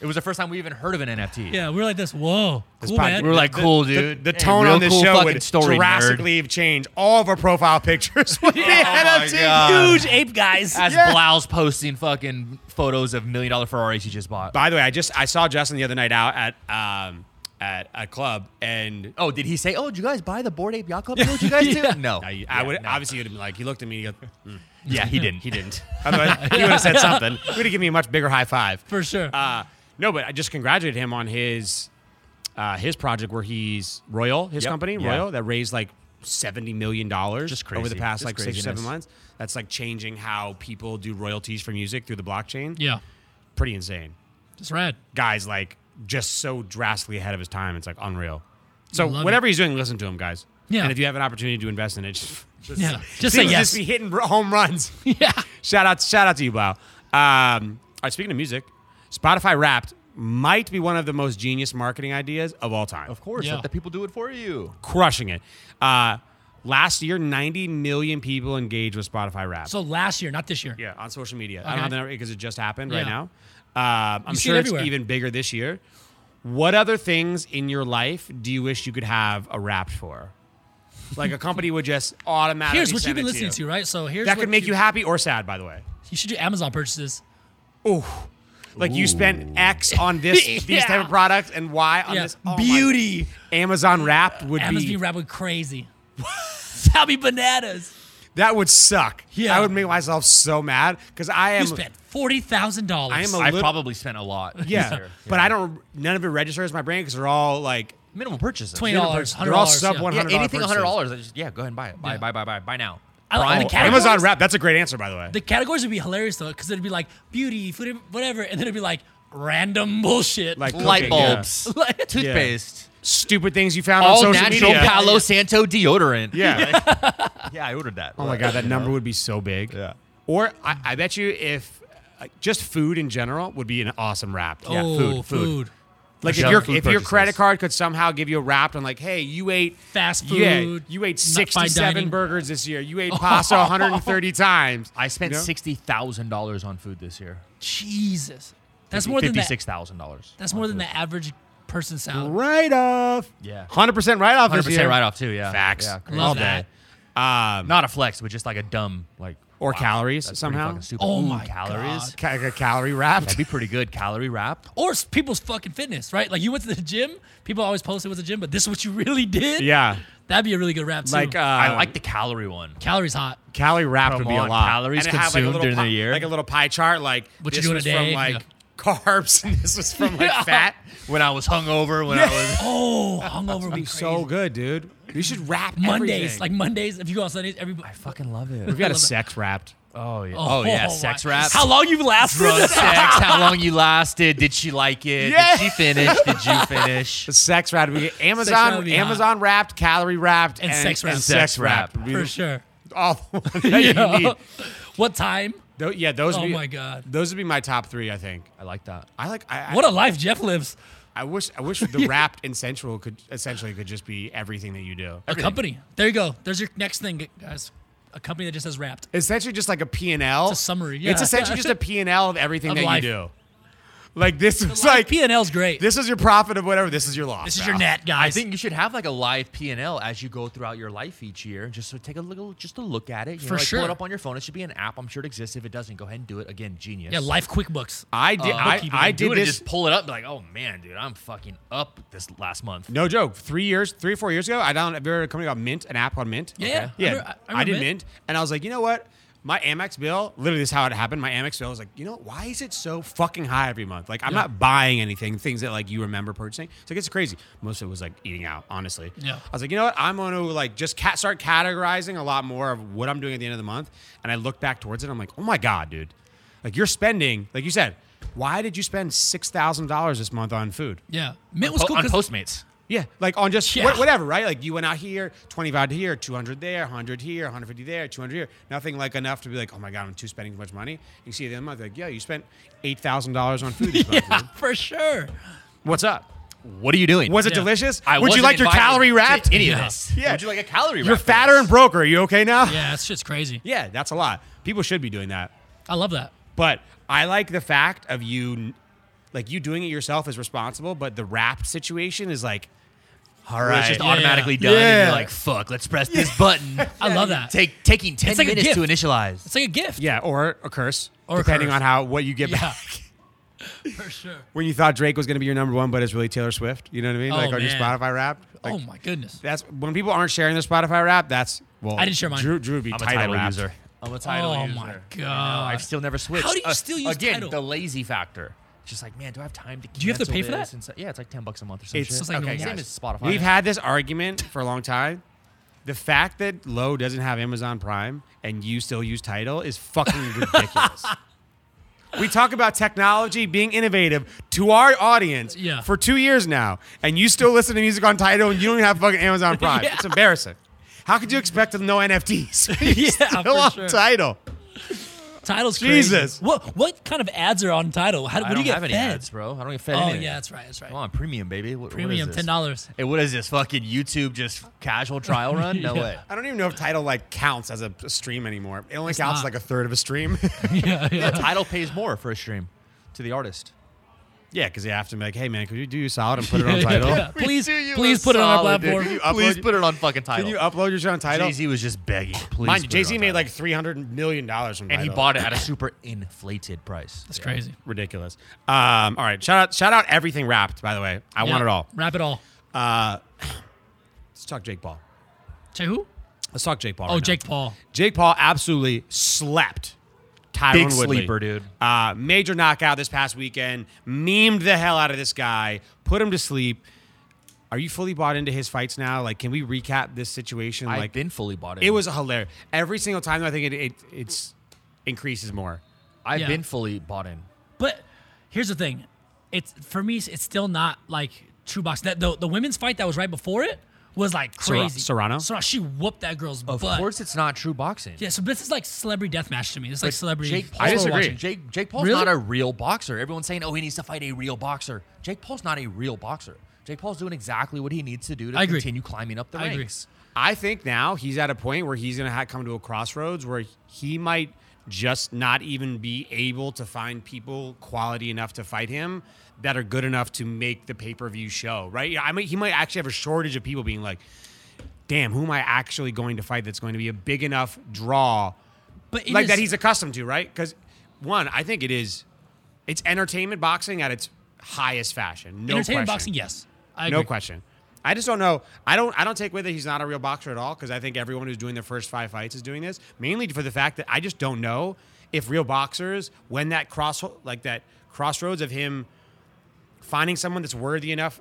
S3: It was the first time we even heard of an NFT.
S2: Yeah, we were like this. Whoa, cool
S1: pod-
S2: man.
S3: We were like, cool,
S1: The-
S3: dude.
S1: The,
S3: Hey,
S1: tone
S3: real
S1: on this
S3: cool
S1: show
S3: fucking
S1: would
S3: story, nerd. Oh
S1: drastically have changed. All of our profile pictures would be NFT.
S2: huge ape guys.
S3: As
S1: Yeah.
S3: Blau's posting fucking photos of million dollar Ferraris he just bought.
S1: By the way, I just I saw Justin the other night out at um at a club and
S3: Oh, did he say, "Oh, did you guys buy the Board Ape Yacht Club? Did you guys
S2: Yeah.
S3: do?" No,
S1: I,
S3: Yeah,
S1: I would
S3: no.
S1: obviously would have been like he looked at me and he goes, "Mm."
S3: Yeah, he didn't. he didn't.
S1: otherwise he would have said something. He would have given me a much bigger high five.
S2: For sure.
S1: Uh, no, but I just congratulated him on his uh, his project where he's Royal, his
S3: Yep.
S1: company
S3: Yeah.
S1: Royal, that raised like seventy million dollars
S3: Just
S1: over the
S3: crazy.
S1: past
S3: Just
S1: like six or seven
S3: craziness.
S1: months. That's like changing how people do royalties for music through the blockchain.
S2: yeah,
S1: Pretty insane.
S2: just rad.
S1: Guys like just so drastically ahead of his time. It's like unreal. So
S2: Love it.
S1: whatever he's doing, listen to him, guys.
S2: Yeah.
S1: And if you have an opportunity to invest in it, just,
S2: Yeah, just say
S1: seems to
S2: yes.
S1: Just be hitting r- home runs.
S2: yeah,
S1: Shout out, shout out to you, Blau. Um, all right, speaking of music, Spotify Wrapped might be one of the most genius marketing ideas of all time.
S3: Of course,
S2: Yeah.
S3: let the people do it for you.
S1: Crushing it. Uh, last year, 90 million people engaged with Spotify Wrapped.
S2: So last year, not this year.
S1: yeah, on social media. I
S2: Okay.
S1: don't have the number because it just happened right
S2: Yeah.
S1: now. Um, I'm
S2: You see
S1: sure
S2: it
S1: it's
S2: everywhere.
S1: even bigger this year. What other things in your life do you wish you could have a wrapped for? Like a company would just automatically.
S2: Here's what
S1: send
S2: you've been
S1: it
S2: listening to,
S1: you.
S2: right? So here's
S1: That
S2: what
S1: could make you happy or sad, by the way.
S2: You should do Amazon purchases.
S1: Like you spent X on this these type
S2: Yeah.
S1: of products and Y on
S2: Yeah.
S1: this oh my-
S2: Beauty.
S1: Amazon Wrapped would
S2: Amazon
S1: be
S2: being wrapped with crazy. That'd be bananas.
S1: that would suck.
S2: Yeah.
S1: I would make myself so mad because I am
S2: You spent forty thousand dollars.
S1: I am a
S3: I've
S1: little-
S3: probably spent a lot.
S1: yeah,
S3: this year.
S1: but I don't. None of it registers in my brain because they're all like
S3: minimum purchases.
S2: twenty
S1: they're
S2: dollars.
S1: all sub
S2: yeah.
S1: one-
S3: Yeah,
S1: $100
S3: anything
S1: purchases.
S3: hundred dollars. Yeah, go ahead and buy it. Buy,
S2: Yeah.
S3: buy, buy, buy, buy now.
S2: I like-
S3: Prime.
S2: the cat-
S1: Oh, Amazon
S2: categories?
S1: Wrapped. That's a great answer, by the way.
S2: The categories would be hilarious though, because it'd be like beauty, food, whatever, and then it'd be like random bullshit.
S1: Like-
S3: light
S1: cooking, yeah.
S3: bulbs,
S2: Like-
S3: toothpaste,
S1: Stupid things you found on
S3: all
S1: social
S3: natural
S1: media.
S3: Palo Santo deodorant.
S1: yeah.
S3: yeah, I ordered that.
S1: Oh my god, that number would be so big.
S3: Yeah.
S1: Or I, I bet you if uh, just food in general would be an awesome wrap.
S2: oh,
S1: yeah,
S2: food,
S1: food, Like if
S3: Junk
S1: your
S3: food
S1: if your
S3: purchases.
S1: credit card could somehow give you a wrap on like, hey, you ate
S2: fast food.
S1: Yeah, you ate
S2: not fine
S1: 67
S2: dining.
S1: burgers this year. You ate pasta 130 times.
S3: I spent
S1: You know?
S3: sixty thousand dollars on food this year.
S2: Jesus, that's more than that.
S3: fifty-six thousand dollars.
S2: That's more than the average person salad.
S1: Right off.
S3: Yeah.
S1: 100% right off
S3: Hundred
S1: this year.
S3: percent right off too. Yeah,
S1: Facts.
S3: Yeah, crazy.
S1: All
S2: Love that.
S1: day. Um,
S3: Not a flex, but just like a dumb like
S1: or
S3: wow,
S1: calories
S3: that's pretty
S1: somehow.
S3: fucking stupid.
S2: Oh
S3: Ooh,
S2: my
S3: calories.
S2: God.
S1: Ca- like a calorie wrapped.
S3: That'd be pretty good. Calorie wrap.
S2: Or s- people's fucking fitness, right? Like you went to the gym. People always post it was a gym, but this is what you really did.
S1: yeah.
S2: that'd be a really good rap too.
S1: Like uh,
S3: I like the calorie one.
S2: calories hot.
S1: calorie wrapped
S3: Come
S1: would be a
S3: on,
S1: lot.
S3: calories
S1: And it had, like, a
S3: consumed
S1: little
S3: during the
S1: pi-
S3: year.
S1: Like a little pie chart. Like
S2: What you
S1: this
S2: doing
S1: was
S2: today?
S1: from like
S2: Yeah.
S1: carbs, and this was from like
S2: Yeah.
S1: fat.
S3: When I was hungover, when I was
S2: Oh, hungover would be crazy.
S1: So good, dude. You should wrap
S2: Mondays,
S1: everything.
S2: like Mondays. If you go on Sundays, every
S3: I fucking love
S1: we've
S3: it.
S1: got
S2: I
S1: a
S2: love it.
S1: sex wrapped.
S3: Oh yeah. Oh, yeah. Sex
S2: my-
S3: wrap.
S2: How long you've lasted?
S3: drug sex? How long you lasted? Did she like it?
S1: Yeah.
S3: Did she finish? Did you finish?
S1: The sex wrapped. We get
S2: wrapped
S1: Amazon,
S2: would be hot.
S1: Amazon wrapped, calorie wrapped,
S2: And sex wrapped.
S1: And sex wrapped.
S3: Sex
S1: We-
S2: For sure.
S1: All the ones that
S2: Yeah.
S1: you need.
S2: What time?
S1: Tho- yeah, those.
S2: Oh
S1: would be,
S2: my God.
S1: Those would be my top three. I think.
S3: I like that.
S1: I like. I,
S2: What a life Jeff lives.
S1: I wish I wish the wrapped and sensual could essentially could just be everything that you do.
S2: A company. There you go. There's your next thing, guys. A company that just says wrapped.
S1: Essentially, just like a P and L.
S2: It's a summary,
S1: It's
S2: yeah.
S1: essentially just a P and L of everything
S2: Of
S1: that
S2: life.
S1: you do. Like this is
S2: Like
S1: like
S2: P and L's great. This,
S1: this is your profit of whatever. This is your loss.
S2: is your
S1: pal.
S2: net,
S3: I
S2: guys.
S3: think you should have like a live P and L as you go throughout your life each year. Just so take a little, just a look at it. You know,
S2: For
S3: like
S2: sure.
S3: Pull it up on your phone. It should be an app. I'm sure it exists. If it doesn't, go ahead and do it again. Genius.
S2: yeah, life QuickBooks.
S1: I did. I,
S2: bookkeeping,
S1: I
S3: do
S1: did
S3: it
S1: this.
S3: and just pull it up. And be like, oh man, dude, I'm fucking up this last month.
S1: No joke. Three years, three or four years ago, I downloaded have you heard of a company called Mint, an app called Mint.
S2: Yeah, yeah. I
S1: yeah.
S2: remember- I
S1: I, did
S2: remember
S1: Mint.
S2: Mint.
S1: and I was like, you know what? My Amex bill, literally, this is how it happened. My Amex bill was like, you know, why is it so fucking high every month? Like, I'm
S2: Yeah.
S1: not buying anything, things that like you remember purchasing. It's like it's crazy. Most of it was like eating out, honestly.
S2: Yeah.
S1: I was like, you know what? I'm going to like just cat- start categorizing a lot more of what I'm doing at the end of the month. And I look back towards it. I'm like, oh my god, dude! Like you're spending, like you said, why did you spend six thousand dollars this month on food?
S2: Yeah, Mint was
S3: Po-
S2: cool
S3: on
S2: 'cause-
S3: Postmates.
S1: Yeah, like on just
S2: Yeah.
S1: what, whatever, right? Like you went out here, 25 to here, 200 there, 100 here, 150 there, 200 here. Nothing like enough to be like, oh my God, I'm too spending too much money. You see the other month, like, yeah, you spent $8,000 on food this month.
S2: yeah,
S1: dude.
S2: for sure.
S1: What's up?
S3: What are you doing?
S1: Was it
S2: Yeah.
S1: delicious?
S3: I
S1: Would you
S3: wasn't
S1: like your
S3: invited
S1: calorie
S3: to
S1: wrapped?
S3: Any
S2: Yeah.
S3: of this?
S1: Yeah.
S3: Would you like a calorie wrap?
S1: You're
S3: for
S1: fatter
S3: this?
S1: and broker. Are you okay now?
S2: Yeah, that's just crazy.
S1: yeah, that's a lot. People should be doing that.
S2: I love that.
S1: But I like the fact of you, like you doing it yourself is responsible, but the wrapped situation is like, all
S3: Where
S1: right.
S3: It's just
S2: Yeah.
S3: automatically done, and
S1: Yeah.
S3: you're like, "Fuck, let's press this button."
S2: I love that.
S3: Take taking ten
S2: It's like a
S3: minutes to
S2: gift.
S3: initialize.
S2: It's like a gift.
S1: yeah, or a curse,
S2: Or a
S1: depending
S2: curse.
S1: on how what you get back.
S2: Yeah. for sure.
S1: when you thought Drake was going to be your number one, but it's really Taylor Swift. You know what I mean?
S2: Oh,
S1: like on your
S2: man.
S1: Spotify rap. Like,
S2: oh my goodness.
S1: That's when people aren't sharing their Spotify rap. That's well,
S2: I didn't share mine.
S1: Drew, Drew would be
S3: I'm a
S1: title,
S3: title
S1: rapped.
S3: user. I'm a
S2: title
S3: title
S2: Oh
S3: user.
S2: my user. I know, God.
S3: I've still never switched. Uh,
S2: How do you still use
S3: again
S2: Tidal?
S3: the lazy factor? It's Just like, man, do I have time to?
S2: Do you have to
S3: cancel
S2: pay for
S3: this
S2: that?
S3: and so- yeah, it's like ten bucks a month or something.
S1: It's
S3: shit.
S2: just like
S1: okay,
S2: normal.
S1: guys.
S3: Same as Spotify.
S1: We've had this argument for a long time. The fact that Lowe doesn't have Amazon Prime and you still use Title is fucking ridiculous. We talk about technology being innovative to our audience
S2: Yeah.
S1: for two years now, and you still listen to music on Title and you don't even have fucking Amazon Prime.
S2: Yeah.
S1: It's embarrassing. How could you expect to know NFTs?
S2: Yeah,
S1: Still on
S2: for sure.
S1: Title.
S2: Title's crazy.
S1: Jesus.
S2: What what kind of ads are on title? How,
S3: I
S2: what
S3: don't
S2: do you get
S3: have any
S2: fed?
S3: ads, bro. I don't get fed.
S2: Oh
S3: anything.
S2: yeah, that's right. That's right.
S3: Come on, premium, baby. What, what is
S2: Premium
S3: this?
S2: ten dollars.
S3: Hey, what is this fucking YouTube just casual trial run? No
S2: Yeah.
S3: way.
S1: I don't even know if title like counts as a a stream anymore. It only counts as
S2: not.
S1: like a third of a stream.
S2: yeah, yeah.
S3: Title pays more for a stream to the artist.
S1: yeah, because they have to be like, hey man, could you do you solid and put it
S2: Yeah,
S1: on
S2: yeah,
S1: title?
S2: yeah.
S3: We
S2: Please,
S3: do you
S2: please
S3: a
S2: put it on our
S3: solid, dude.
S2: platform.
S1: Can you
S3: Please
S1: upload-
S3: put it on fucking
S1: Can
S3: title.
S1: you upload your shit on title?
S3: Jay Z was just begging. Please
S1: Mind you,
S3: put it
S1: Jay Z
S3: on
S1: made
S3: Tidal.
S1: like three hundred million dollars from
S3: and he
S1: Tidal.
S3: bought it at a super inflated price.
S2: That's crazy.
S1: ridiculous. Um, all right, shout out, shout out everything wrapped. By the way, I want
S2: Yeah.
S1: it all.
S2: Wrap it all.
S1: Let's talk Jake Paul.
S2: Say who?
S1: Let's talk Jake Paul.
S2: Oh,
S1: right now.
S2: Jake Paul.
S1: Jake Paul absolutely slept. Tyron
S3: Big
S1: Woodley.
S3: sleeper, dude.
S1: Uh, major knockout this past weekend. Memed the hell out of this guy. Put him to sleep. Are you fully bought into his fights now? Like, can we recap this situation?
S3: I've
S1: like,
S3: been fully bought in.
S1: it was hilarious. Every single time, I think it, it it's increases more.
S3: I've
S2: Yeah.
S3: been fully bought in.
S2: But here's the thing. It's for me. It's still not like true boxing. That the, the women's fight that was right before it was like
S1: Serra-
S2: crazy.
S1: Serrano?
S2: She whooped that girl's
S3: Of
S2: butt.
S3: course, it's not true boxing.
S2: Yeah. So this is like celebrity death match to me. It's like celebrity.
S3: Jake Paul,
S1: I disagree.
S2: watching.
S3: Jake, Jake Paul's
S2: Really?
S3: not a real boxer. Everyone's saying, oh, he needs to fight a real boxer. Jake Paul's not a real boxer. Jake Paul's doing exactly what he needs to do to
S2: I agree.
S3: continue climbing up the
S2: I agree.
S3: ranks.
S1: I think now he's at a point where he's going to ha- come to a crossroads where he might just not even be able to find people quality enough to fight him that are good enough to make the pay per view show, right? I mean, he might actually have a shortage of people being like, damn, who am I actually going to fight that's going to be a big enough draw
S2: But it
S1: like that
S2: is-
S1: he's accustomed to, right? Because one, I think it is, it's entertainment boxing at its highest fashion. No
S2: entertainment
S1: question.
S2: boxing. Yes, I agree.
S1: No question. I just don't know. I don't. I don't take with it. He's not a real boxer at all because I think everyone who's doing their first five fights is doing this mainly for the fact that I just don't know if real boxers when that cross like that crossroads of him finding someone that's worthy enough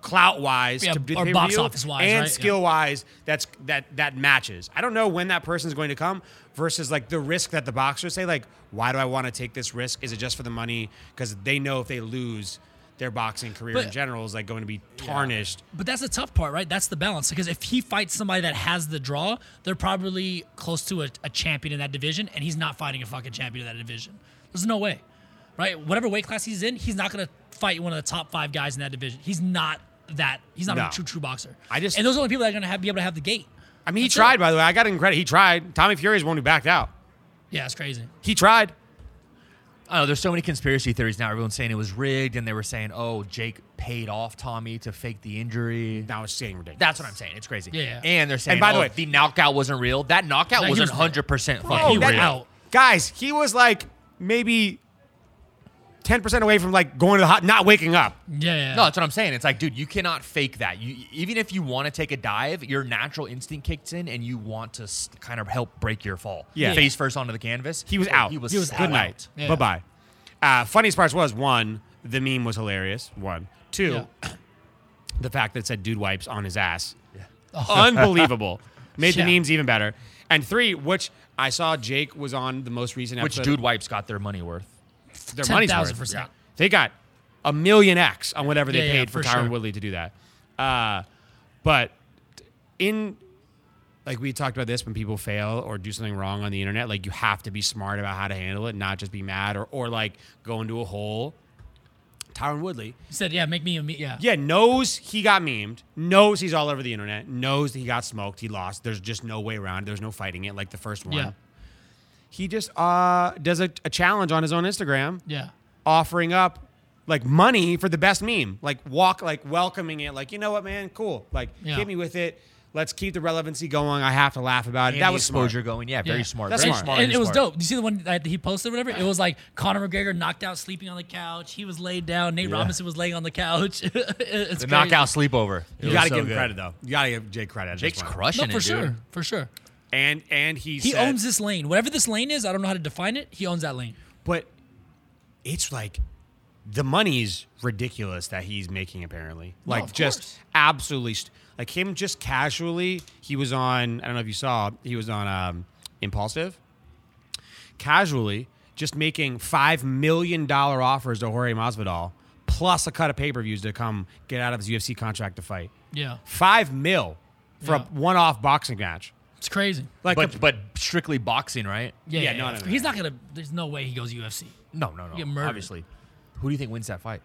S1: clout wise
S2: Yeah,
S1: to do the
S2: or
S1: pay-per-view
S2: box office-wise,
S1: and
S2: right? Yeah.
S1: skill wise that's that that matches. I don't know when that person's going to come versus like the risk that the boxers say like why do I want to take this risk? Is it just for the money? Because they know if they lose their boxing career in
S2: But-
S1: general is like going to be tarnished.
S2: But that's the tough part, right? That's the balance. Because if he fights somebody that has the draw, they're probably close to a, a champion in that division, and he's not fighting a fucking champion in that division. There's no way, right? Whatever weight class he's in, he's not gonna fight one of the top five guys in that division. He's not that. He's not
S1: No.
S2: a true true boxer.
S1: I just-
S2: and those are the only people that are gonna have, be able to have the gate.
S1: I mean, he
S2: That's it.
S1: tried. By the way, I got him credit. He tried. Tommy Fury is one who backed out.
S2: Yeah, it's crazy.
S1: He tried.
S3: I know there's so many conspiracy theories now. Everyone's saying it was rigged, and they were saying, "Oh, Jake paid off Tommy to fake the injury."
S1: Now it's getting ridiculous.
S3: That's what I'm saying. It's crazy.
S2: Yeah, yeah.
S3: And they're saying,
S1: by the
S3: "Oh,
S1: way-
S3: the knockout wasn't real." That knockout
S2: No, he
S3: wasn't
S2: was real.
S3: 100 percent
S2: Bro,
S3: fucking
S2: he went
S3: real.
S2: out.
S1: Oh, Guys, he was like maybe ten percent away from like going to the hot, not waking up.
S2: Yeah, yeah.
S3: No, that's what I'm saying. It's like, dude, you cannot fake that. You even if you want to take a dive, your natural instinct kicks in, and you want to s kind of help break your fall.
S1: Yeah.
S3: face first onto the canvas.
S1: He was out.
S3: He was,
S2: He was
S3: out.
S1: Good night.
S2: Yeah.
S1: Bye bye. Uh, funniest parts was one, the meme was hilarious. One, two, the fact that it said "dude wipes" on his ass, unbelievable, made
S2: Yeah.
S1: the memes even better. And three, which I saw Jake was on the most recent
S3: Which
S1: episode.
S3: dude wipes got their money worth?
S1: their
S2: 10,000%.
S1: money's worth. They got a million X on whatever they
S2: Yeah, yeah,
S1: paid for,
S2: for
S1: Tyron
S2: sure.
S1: Woodley to do that. Uh, but in like we talked about this when people fail or do something wrong on the internet, like you have to be smart about how to handle it, not just be mad or or like go into a hole. Tyron Woodley,
S2: He said, "Yeah, make me a me." Yeah.
S1: yeah, knows he got memed, knows he's all over the internet, knows that he got smoked, he lost. There's just no way around. it. There's no fighting it like the first one.
S2: Yeah.
S1: He just uh, does a, a challenge on his own Instagram
S2: Yeah.
S1: offering up like money for the best meme, like walk, like welcoming it, like you know what, man, cool, like
S2: Yeah.
S1: hit me with it. Let's keep the relevancy going. I have to laugh about it.
S3: And
S1: that
S3: the
S1: was smart.
S3: exposure going. Yeah, very
S2: Yeah.
S3: smart.
S1: That's
S3: very
S1: smart.
S3: smart.
S2: And it was
S3: smart.
S2: dope. You see the one that he posted, or whatever. It was like Conor McGregor knocked out, sleeping on the couch. He was laid down. Nate Robinson was laying on the couch. it's
S3: The
S2: crazy.
S3: knockout sleepover.
S1: You got to give him credit though. You got to give Jake credit. at this
S3: Jake's
S1: point.
S2: No,
S3: crushing
S2: for
S3: it, dude.
S2: sure, for sure.
S1: And and he
S2: He
S1: said,
S2: owns this lane. Whatever this lane is, I don't know how to define it. He owns that lane.
S1: but it's like the money's ridiculous that he's making apparently
S2: No,
S1: like
S2: of
S1: just
S2: course.
S1: absolutely st- like him just casually he was on i don't know if you saw he was on um, impulsive casually just making five million dollar offers to jorge masvidal plus a cut of pay-per-views to come get out of his ufc contract to fight
S2: Yeah,
S1: five mil for a
S2: Yeah.
S1: one-off boxing match
S2: it's crazy.
S1: like
S3: But but strictly boxing, right?
S2: Yeah,
S1: Yeah,
S2: yeah,
S1: no,
S2: yeah.
S1: no, no,
S2: He's
S1: no.
S2: not gonna. There's no way he goes UFC.
S3: No, no,
S2: Get
S3: no.
S2: murdered.
S3: Obviously. Who do you think wins that fight?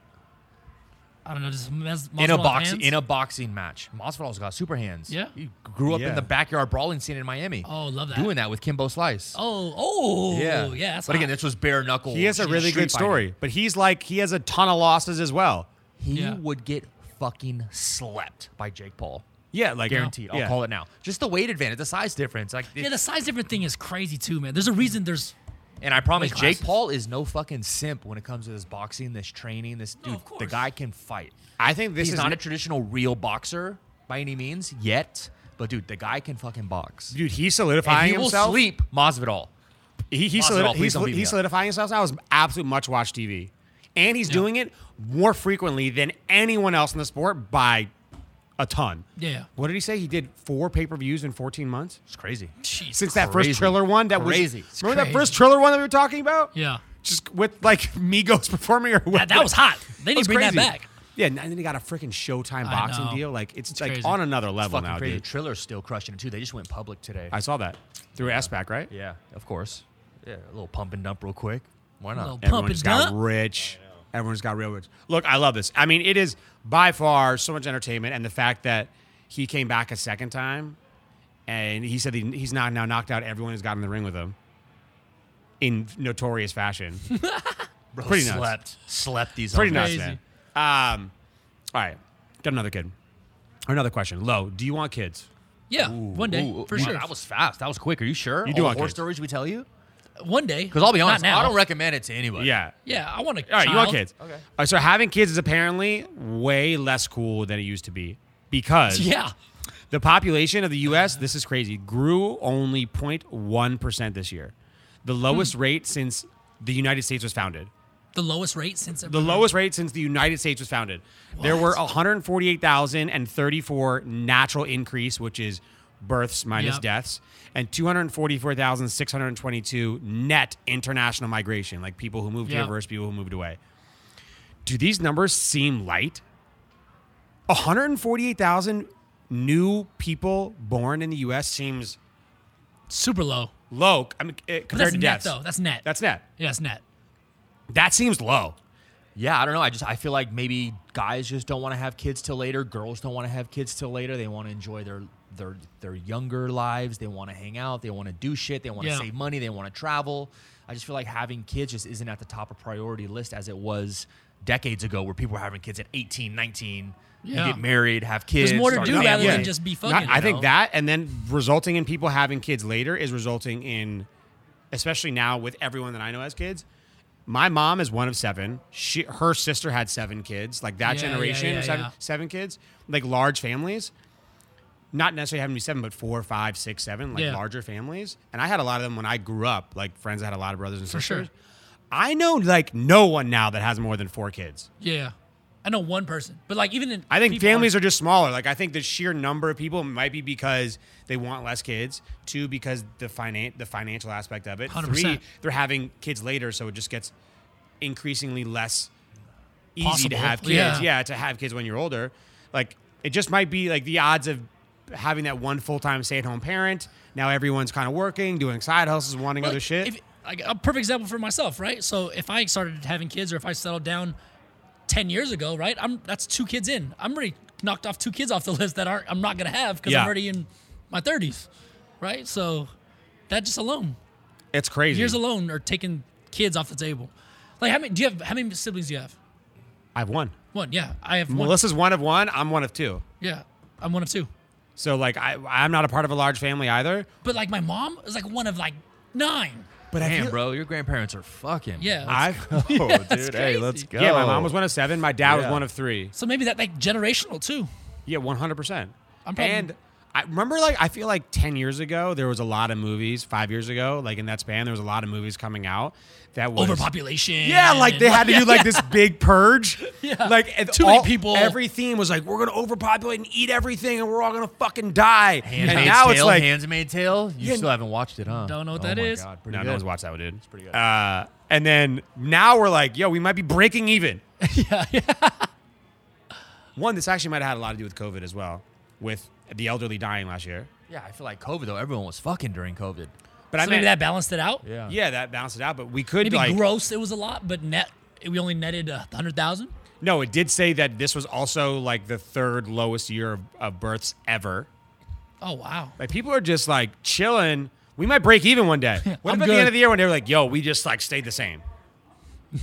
S2: I don't know. Just Mas-
S3: in a
S2: Masvidal's
S3: boxing
S2: hands?
S3: in a boxing match. Masvidal's got super hands.
S2: Yeah.
S3: He grew up
S1: Yeah.
S3: in the backyard brawling scene in Miami.
S2: Oh, love that.
S3: Doing that with Kimbo Slice.
S2: oh, oh, yeah, yeah. That's
S3: but again,
S2: hot.
S3: this was bare knuckle.
S1: he has a
S3: street
S1: really good
S3: fighting.
S1: story but he's like he has a ton of losses as well
S3: He
S2: Yeah.
S3: would get fucking slept by Jake Paul.
S1: yeah like
S3: Guaranteed. I'll
S1: yeah.
S3: call it now. Just the weight advantage, the size difference. Like,
S2: yeah, the size different thing is crazy too, man. There's a reason. There's
S3: and I promise,
S2: weight
S3: Jake
S2: classes.
S3: Paul is no fucking simp when it comes to this boxing, this training, this
S2: No,
S3: dude.
S2: of
S3: the
S2: course.
S3: guy can fight.
S1: I think this
S3: He's
S1: is
S3: not a traditional real boxer by any means yet, but dude, the guy can fucking box.
S1: dude. He's
S3: And
S1: solidifying
S3: he will
S1: himself.
S3: sleep Masvidal.
S1: He, he's,
S3: Masvidal,
S1: solidi-
S3: please
S1: he's,
S3: don't beat me
S1: he's
S3: up.
S1: solidifying himself now as absolute much watch TV, and he's doing it more frequently than anyone else in the sport by a ton.
S2: yeah.
S1: What did he say? He did four pay per views in 14 months
S3: It's crazy.
S2: Jeez.
S1: since that
S3: Crazy.
S1: first Triller one. That
S3: Crazy.
S1: was
S3: It's
S1: remember that
S2: crazy.
S1: first Triller one that we were talking about.
S2: yeah.
S1: just with like Migos performing or
S2: That, that was hot. They need to bring that back.
S1: Yeah, and then he got a freaking Showtime
S2: I
S1: boxing
S2: know.
S1: deal. Like it's, like
S2: crazy.
S1: on another level
S3: fucking
S1: now,
S3: crazy.
S1: dude.
S3: Triller's still crushing it too. They just went public today.
S1: I saw that through S SPAC, right?
S3: yeah, of course. Yeah, a little pump and dump real quick. Why
S2: Little
S3: not?
S2: pump
S1: Everyone
S2: and
S1: just got
S2: dump.
S1: rich. Everyone just got real rich. Look, I love this. I mean, it is by far so much entertainment, and the fact that he came back a second time, and he said he, he's not now knocked out everyone who's gotten in the ring with him. in notorious fashion.
S3: Bro,
S1: Pretty nuts.
S3: slept, slept these.
S1: Pretty
S3: homies.
S1: nuts, man. Um, all right, got another kid or another question. Low, do you want kids?
S2: Yeah, one day
S3: Ooh,
S2: for
S3: wow,
S2: sure.
S3: That was fast. That was quick. Are you sure?
S1: You do
S3: All
S1: want
S3: the horror
S1: kids.
S3: stories we tell you?
S2: one day.
S3: Because I'll be honest,
S2: not now.
S3: I don't recommend it to anybody.
S1: Yeah.
S2: yeah, I want to.
S1: All right, you want kids?
S3: Okay.
S1: All right, so having kids is apparently way less cool than it used to be because
S2: Yeah,
S1: the population of the U.S. This is crazy. Grew only 0.1 percent this year, the lowest rate since the United States was founded.
S2: the lowest rate since
S1: The lowest rate since the United States was founded. There were 148,034 natural increase, which is births minus
S2: Yep.
S1: deaths, and 244,622 net international migration, like people who moved here
S2: Yep.
S1: versus people who moved away. Do these numbers seem light? 148,000 new people born in the U.S. seems
S2: super low.
S1: low. I mean, eh,
S2: But
S1: compared
S2: that's
S1: to
S2: net
S1: deaths.
S2: though. That's net.
S1: That's net.
S2: yeah, that's net.
S1: That seems low.
S3: Yeah, I don't know. I just I feel like maybe guys just don't want to have kids till later. Girls don't want to have kids till later. They want to enjoy their their their younger lives. They want to hang out. They want to do shit. They want to
S2: Yeah.
S3: save money. They want to travel. I just feel like having kids just isn't at the top of priority list as it was decades ago where people were having kids at 18, 19, you
S2: Yeah.
S3: get married, have kids.
S2: more to
S3: start
S2: do
S3: a
S2: rather than
S3: family.
S2: just be
S1: Not-
S2: fucking,
S1: I
S2: you
S1: think
S2: know?
S1: that, and then resulting in people having kids later is resulting in, especially now with everyone that I know has kids. My mom is one of seven. She, her sister had seven kids. Like that
S2: Yeah, yeah,
S1: generation,
S2: yeah,
S1: seven,
S2: yeah.
S1: seven kids, like large families. Not necessarily having to be seven, but four, five, six, seven, like
S2: Yeah.
S1: larger families. And I had a lot of them when I grew up. Like friends, that had a lot of brothers and
S2: sure.
S1: sisters. I know like no one now that has more than four kids.
S2: Yeah, I know one person, but like even in
S1: I think
S2: people
S1: families are just smaller. Like I think the sheer number of people might be because they want less kids. Two, because the finan- the financial aspect of it.
S2: 100%.
S1: Three, they're having kids later, so it just gets increasingly less easy to
S2: Possible.
S1: have kids.
S2: Yeah.
S1: Yeah. to have kids when you're older. Like it just might be like the odds of having that one full time stay at home parent. Now everyone's kind of working, doing side hustles, wanting
S2: Well,
S1: other
S2: like,
S1: shit.
S2: If, like a perfect example for myself, right? So if I started having kids, or if I settled down ten years ago, right? I'm that's two kids in. I'm already knocked off two kids off the list that aren't I'm not gonna have because
S1: Yeah.
S2: I'm already in my thirties, right? So that just alone,
S1: it's crazy.
S2: years alone, are taking kids off the table. Like how many do you have? How many siblings do you have?
S1: I've won.
S2: One. Yeah, I have one.
S1: Melissa's one of one. I'm one of two.
S2: Yeah, I'm one of two.
S1: So like I, I'm not a part of a large family either.
S2: But like my mom is like one of like nine.
S1: But I
S3: Damn,
S1: feel-
S3: bro, your grandparents are fucking.
S2: Yeah.
S1: I've
S3: Oh,
S2: that's
S3: dude, hey,
S2: crazy.
S3: let's go.
S1: Yeah, my mom was one of seven. My dad was
S3: Yeah.
S1: one of three.
S2: So maybe that like generational too.
S1: Yeah, one hundred percent.
S2: I'm probably-
S1: And I remember, like, I feel like ten years ago there was a lot of movies. Five years ago, like in that span, there was a lot of movies coming out that was
S2: Overpopulation.
S1: Yeah, like they
S2: and-
S1: had to do like this big purge.
S2: Yeah.
S1: like and
S2: Too many people.
S1: Every theme was like, we're gonna overpopulate and eat everything, and we're all gonna fucking die.
S3: Handmaid's
S1: And now
S3: Tale,
S1: it's like,
S3: Handmaid's Tale. You
S1: Yeah.
S3: still haven't watched it, huh?
S2: Don't know what
S3: oh
S2: that
S3: my
S2: is.
S3: God, pretty
S1: no,
S3: good.
S1: no one's watched that one, dude. It's
S3: pretty good.
S1: Uh, and then now we're like, yo, we might be breaking even.
S2: yeah, yeah.
S1: One, this actually might have had a lot to do with COVID as well, with the elderly dying last year.
S3: Yeah, I feel like COVID though. Everyone was fucking during COVID.
S1: But I
S2: So maybe
S1: mean,
S2: that balanced it out.
S3: Yeah.
S1: yeah, that balanced it out. But we could
S2: Maybe
S1: like,
S2: gross it was a lot, but net we only netted a hundred thousand.
S1: no, it did say that this was also like the third lowest year of, of births ever.
S2: Oh wow.
S1: Like people are just like chilling. We might break even one day. What
S2: I'm
S1: about the end
S2: good.
S1: of the year when they were like, "Yo, we just like stayed the same."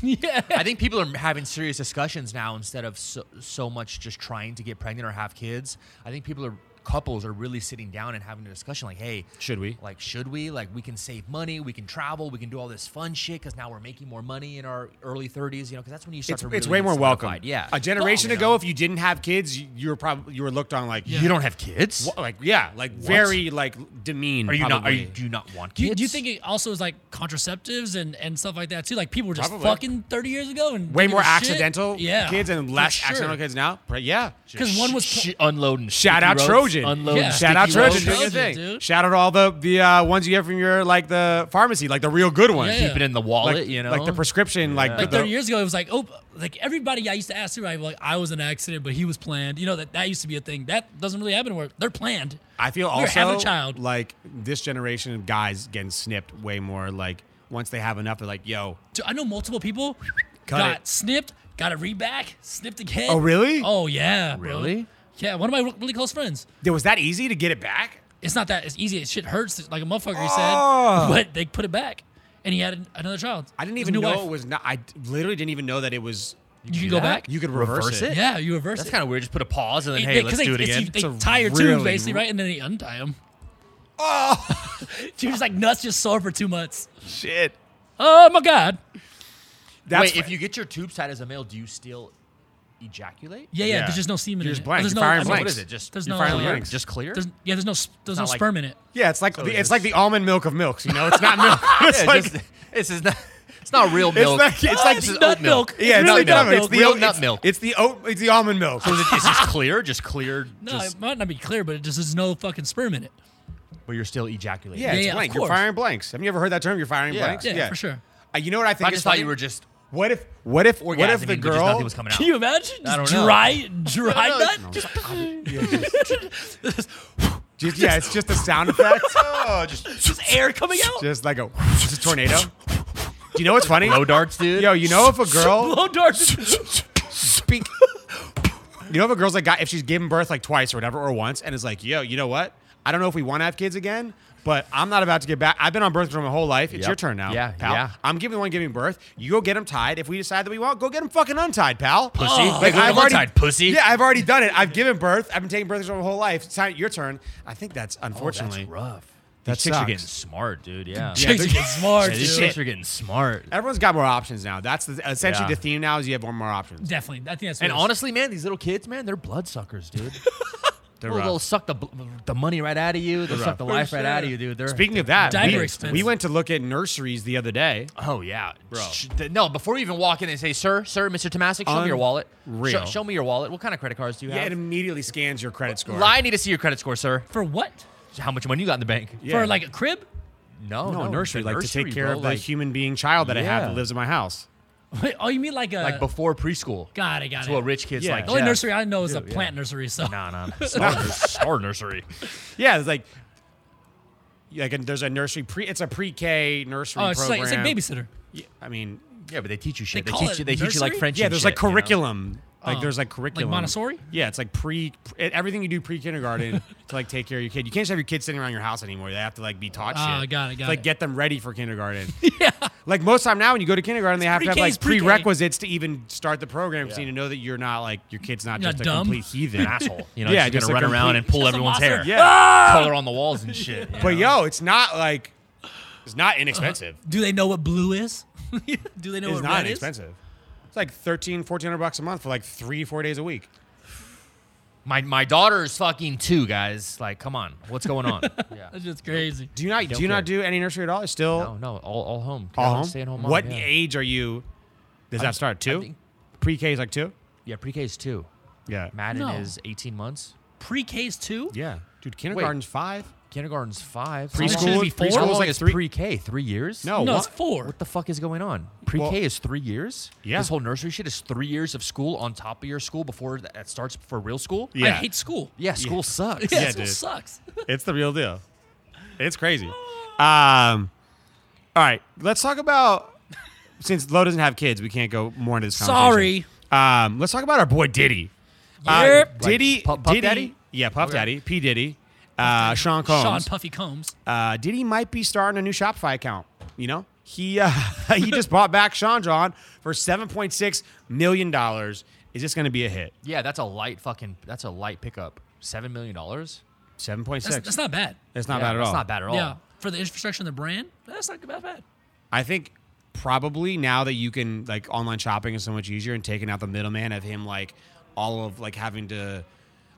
S2: yeah.
S3: I think people are having serious discussions now instead of so, so much just trying to get pregnant or have kids. I think people are couples are really sitting down and having a discussion like, hey,
S1: Should we?
S3: Like, should we? Like, we can save money, we can travel, we can do all this fun shit because now we're making more money in our early 30s. You know, because that's when you start
S1: It's,
S3: to really
S1: it's way
S3: get
S1: more welcome.
S3: solidified. Yeah,
S1: A generation
S3: You
S1: ago,
S3: know?
S1: if you didn't have kids, you, you were probably you were looked on like
S2: Yeah.
S3: you don't have kids.
S1: wha- like yeah, like very like demeaned.
S3: Are you not? Are
S1: probably.
S3: you do you not want
S2: Do
S3: kids?
S2: you, do you think it also is like contraceptives and, and stuff like that too? Like people were just
S1: Probably.
S2: fucking thirty years ago and
S1: way
S2: didn't
S1: more
S2: give a shit?
S1: accidental
S2: yeah.
S1: kids and
S2: for
S1: less
S2: sure.
S1: accidental kids now? Pre- Yeah.
S2: Because one was
S3: Sh- unloading.
S1: Shout
S3: sticky
S1: out
S3: roads,
S1: Trojan.
S3: Unloading.
S2: Yeah.
S1: Shout out
S3: sticky roads.
S1: Trojan. doing your
S2: Trojan,
S1: thing.
S2: dude.
S1: Shout out all the the uh, ones you get from your like the pharmacy, like the real good ones.
S2: Yeah.
S3: Keep it in the wallet.
S1: Like,
S3: you know,
S1: like the prescription, like,
S2: like
S1: the,
S2: thirty years ago, it was like oh, like everybody I used to ask too, right? Like I was in an accident, but he was planned. You know that that used to be a thing. That doesn't really happen where they're planned.
S1: I feel
S2: We're
S1: also
S2: having a child.
S1: like this generation of guys getting snipped way more. Like once they have enough, they're like, "Yo,
S2: Dude, I know multiple people
S1: Cut
S2: got
S1: it.
S2: snipped, got a reback, snipped again.
S1: Oh, really?
S2: Oh yeah. bro.
S3: Really?
S2: Yeah. One of my really close friends.
S1: dude, was that easy to get it back?"
S2: It's not that it's easy. It shit hurts like a motherfucker. You
S1: Oh.
S2: said, but they put it back. and he had an- another child.
S1: I didn't
S2: His
S1: even
S2: new
S1: know
S2: wife.
S1: it was not. I literally didn't even know that it was.
S2: You can
S3: do
S2: go
S3: that?
S2: back.
S1: You could reverse,
S3: Reverse
S1: it.
S3: it?
S2: yeah, you reverse
S3: That's
S2: it.
S3: kind of weird. Just put a pause and then,
S2: It-
S3: hey,
S2: 'cause
S3: let's
S2: they,
S3: do it
S2: it's-
S3: again.
S2: They
S1: It's a
S2: tie your
S1: really-
S2: tubes basically, right? And then they untie them. Oh, she was like nuts, just sore for two months.
S1: Shit.
S2: Oh my god.
S1: That's
S3: Wait, if you get your tubes tied as a male, do you still ejaculate?
S2: Yeah, yeah.
S1: Yeah.
S2: There's just no semen.
S1: You're
S2: in
S1: just
S2: it.
S1: blank.
S2: There's
S1: You're
S2: no.
S1: firing
S2: I mean,
S3: So
S1: blanks.
S3: what is it? Just
S2: There's
S3: you
S2: no.
S3: finally
S2: uh,
S1: blank.
S3: just clear.
S2: There's, yeah, there's no. s- There's no
S3: not like-
S2: sperm in it.
S1: yeah, it's like the,
S3: it
S1: it's
S3: is.
S1: like the almond milk of milks. You know, it's not milk. It's
S3: Yeah,
S1: like
S3: just- this is not. It's not real milk.
S1: like- it's like
S3: Ah, This is
S2: nut
S3: oat
S2: milk. It's
S1: yeah, it's
S2: really
S1: like
S2: nut
S1: almond.
S2: milk.
S1: It's the
S3: Real
S1: oat-
S3: nut
S1: it's-
S3: milk.
S1: It's the oat. It's the almond milk.
S3: So is it, is this clear? Just clear.
S2: No,
S3: just,
S2: it might not be clear, but it just there's no fucking sperm in it.
S3: but you're still ejaculating.
S1: Yeah,
S2: Yeah,
S1: it's
S2: yeah, of
S1: blank. You're
S2: course.
S1: firing blanks. Have you ever heard that term? You're firing
S3: Yeah.
S1: blanks.
S2: Yeah, for sure.
S1: Uh, you know what I think?
S3: I
S1: is
S3: just thought
S1: funny?
S3: you were just
S1: What if? What if? What if
S3: orgasming,
S1: the
S3: but just
S1: girl?
S3: nothing was coming out.
S2: Can you imagine?
S3: I
S2: Just
S3: don't know.
S2: dry, dry
S3: No,
S2: nut.
S3: no,
S2: Just
S1: Just, yeah, it's just a sound effect.
S3: oh, just
S2: just air coming out.
S1: just like a, just a tornado. Do you know what's funny?
S3: blow darts, dude.
S1: Yo, you know if a girl
S2: Blow darts.
S1: speak, you know if a girl's like got if she's given birth like twice or whatever or once, and is like, yo, you know what? I don't know if we want to have kids again, but I'm not about to get back. I've been on birth control my whole life. It's
S3: Yep.
S1: your turn now,
S3: Yeah,
S1: pal.
S3: yeah.
S1: I'm giving the one giving birth. You go get them tied. If we decide that we want, go get them fucking untied, pal.
S3: pussy.
S2: Oh.
S1: Like,
S3: Like,
S1: I've
S3: I've
S1: already-
S3: tied pussy.
S1: Yeah, I've already done it. I've given birth. I've been taking birth control my whole life. It's time your turn. I think that's unfortunately.
S3: Oh, that's rough.
S1: That
S3: These chicks are
S1: sucks.
S3: getting smart, dude. Yeah.
S1: Yeah.
S2: Chicks
S1: they're-
S2: are getting smart.
S3: Yeah, these
S2: dude.
S3: chicks are getting smart.
S1: Everyone's got more options now. That's the, essentially
S3: Yeah.
S1: the theme now is you have one more options.
S2: Definitely. I think that's. what
S3: And
S2: it is.
S3: honestly, man, these little kids, man, they're bloodsuckers, dude.
S1: They're
S3: they'll,
S1: rough.
S3: they'll suck the bl- the money right out of you. They'll suck the life right out of you, dude. They're
S1: Speaking of that,
S2: Diaper
S1: we,
S2: expense.
S1: we went to look at nurseries the other day.
S3: Oh yeah,
S1: Bro.
S3: Sh- th- No, before you even walk in, they say, "Sir, sir, Mr. Tomasic, show me your wallet. Sh-
S1: Unreal.
S3: Show, me your wallet. What kind of credit cards do you
S1: Yeah, it
S3: have?
S1: immediately scans your credit score.
S3: Lie, I need to see your credit score, sir.
S2: for what?
S3: How much money you got in the bank?
S1: Yeah.
S2: For like a crib?
S3: No,
S1: no,
S3: no,
S1: nursery,
S3: the
S1: like to
S3: nursery,
S1: take care
S3: bro,
S1: of the
S3: like,
S1: human being child that I have
S3: Yeah.
S1: that lives in my house.
S2: Wait, oh, you mean like a?
S3: like before preschool.
S2: God, I got
S3: That's
S2: it.
S3: what rich kids
S1: Yeah.
S3: like.
S2: the only
S3: Jeff.
S2: nursery I know is a
S3: do, yeah.
S2: plant nursery. So Oh,
S3: Nah, nah, nah. Star, nur- star nursery.
S1: Yeah, it's like like a, there's a nursery pre. It's a pre-K nursery
S2: oh, it's just like
S1: program.
S2: it's like babysitter.
S1: Yeah, I mean,
S3: Yeah, but they teach you shit.
S2: They
S3: They,
S2: call
S3: teach
S2: it
S3: you. They teach you like
S2: nursery?
S3: French.
S1: yeah,
S3: and
S1: there's
S3: shit,
S1: like
S3: you know?
S1: curriculum. Like
S2: Oh.
S1: there's like
S2: Like
S1: curriculum.
S2: Montessori?
S1: Yeah, it's like pre it, everything you do pre kindergarten to like take care of your kid. You can't just have your kids sitting around your house anymore. They have to like be taught
S2: Oh,
S1: shit.
S2: got it, got
S1: like
S2: it.
S1: get them ready for kindergarten.
S2: yeah.
S1: like most time now when you go to kindergarten, they have to have
S2: pre-K,
S1: like
S2: it's pre-K.
S1: prerequisites to even start the program. So you need to know that you're not like your kid's not
S2: You're
S1: just
S2: not
S1: a
S2: dumb.
S1: complete heathen.
S3: asshole. You know,
S1: Yeah,
S3: yeah, just,
S1: just a
S3: gonna run around
S1: complete-
S3: and pull
S2: Just a
S3: everyone's hair,
S2: monster.
S1: yeah,
S3: color on the walls and shit. you
S1: but
S3: know?
S1: yo, it's not like it's not inexpensive.
S2: Do they know what blue is? Do they Uh-huh. know
S1: it's
S2: what
S1: not
S2: red is?
S1: inexpensive. It's like 13, 1400 bucks a month for like three, four days a week.
S3: my my daughter's fucking two guys. Like, come on, what's going on? yeah.
S2: That's just crazy.
S1: Do you not do
S3: Don't
S1: you not
S3: care.
S1: do any nursery at all? It's Still
S3: No, no, all, all home.
S1: All home?
S3: Stay at home.
S1: what
S3: mom, yeah.
S1: age are you? Does
S3: I'm-
S1: that start
S3: I
S1: two?
S3: think-
S1: Pre K is like two.
S3: Yeah, pre-K is two.
S1: Yeah.
S3: Madden
S2: No.
S3: is 18 months.
S2: Pre-K's too.
S1: Yeah, dude. Kindergarten's five.
S3: Kindergarten's five.
S2: Preschool-
S3: How long-
S2: Preschool is
S3: how long
S1: like
S3: is
S1: three-
S3: pre-K? Three years?
S1: No,
S2: no,
S1: what?
S2: it's four.
S3: What the fuck is going on? Pre-K
S1: Well-
S3: is three years.
S1: Yeah.
S3: This whole nursery shit is three years of school on top of your school before that that starts for real school.
S1: Yeah.
S2: I hate school.
S3: Yeah, school sucks.
S2: Yeah,
S1: Yeah,
S2: school
S1: dude.
S2: sucks.
S1: It's the real deal. It's crazy. Um, all right, let's talk about since Lo doesn't have kids, we can't go more into this.
S2: Sorry.
S1: conversation. Um, let's talk about our boy Diddy. Uh,
S2: Yep.
S1: Diddy.
S3: Like Puff- Puff
S1: Diddy.
S3: Daddy?
S1: Yeah, Puff
S3: Okay.
S1: Daddy. P Diddy. Uh, Sean
S2: Sean
S1: Combs.
S2: Puffy Combs.
S1: uh, Diddy might be starting a new Shopify account. You know, he uh, he just bought back Sean John for seven point six million dollars. Is this going to be a hit?
S3: Yeah, that's a light fucking. That's a light pickup. Seven million dollars.
S1: Seven point
S2: That's,
S1: six.
S2: that's not bad.
S1: It's not
S3: Yeah,
S1: bad at
S3: that's
S1: all.
S3: Not bad at all.
S2: Yeah, for the infrastructure and the brand, that's not that bad.
S1: I think probably now that you can like online shopping is so much easier and taking out the middleman of him like all of like having to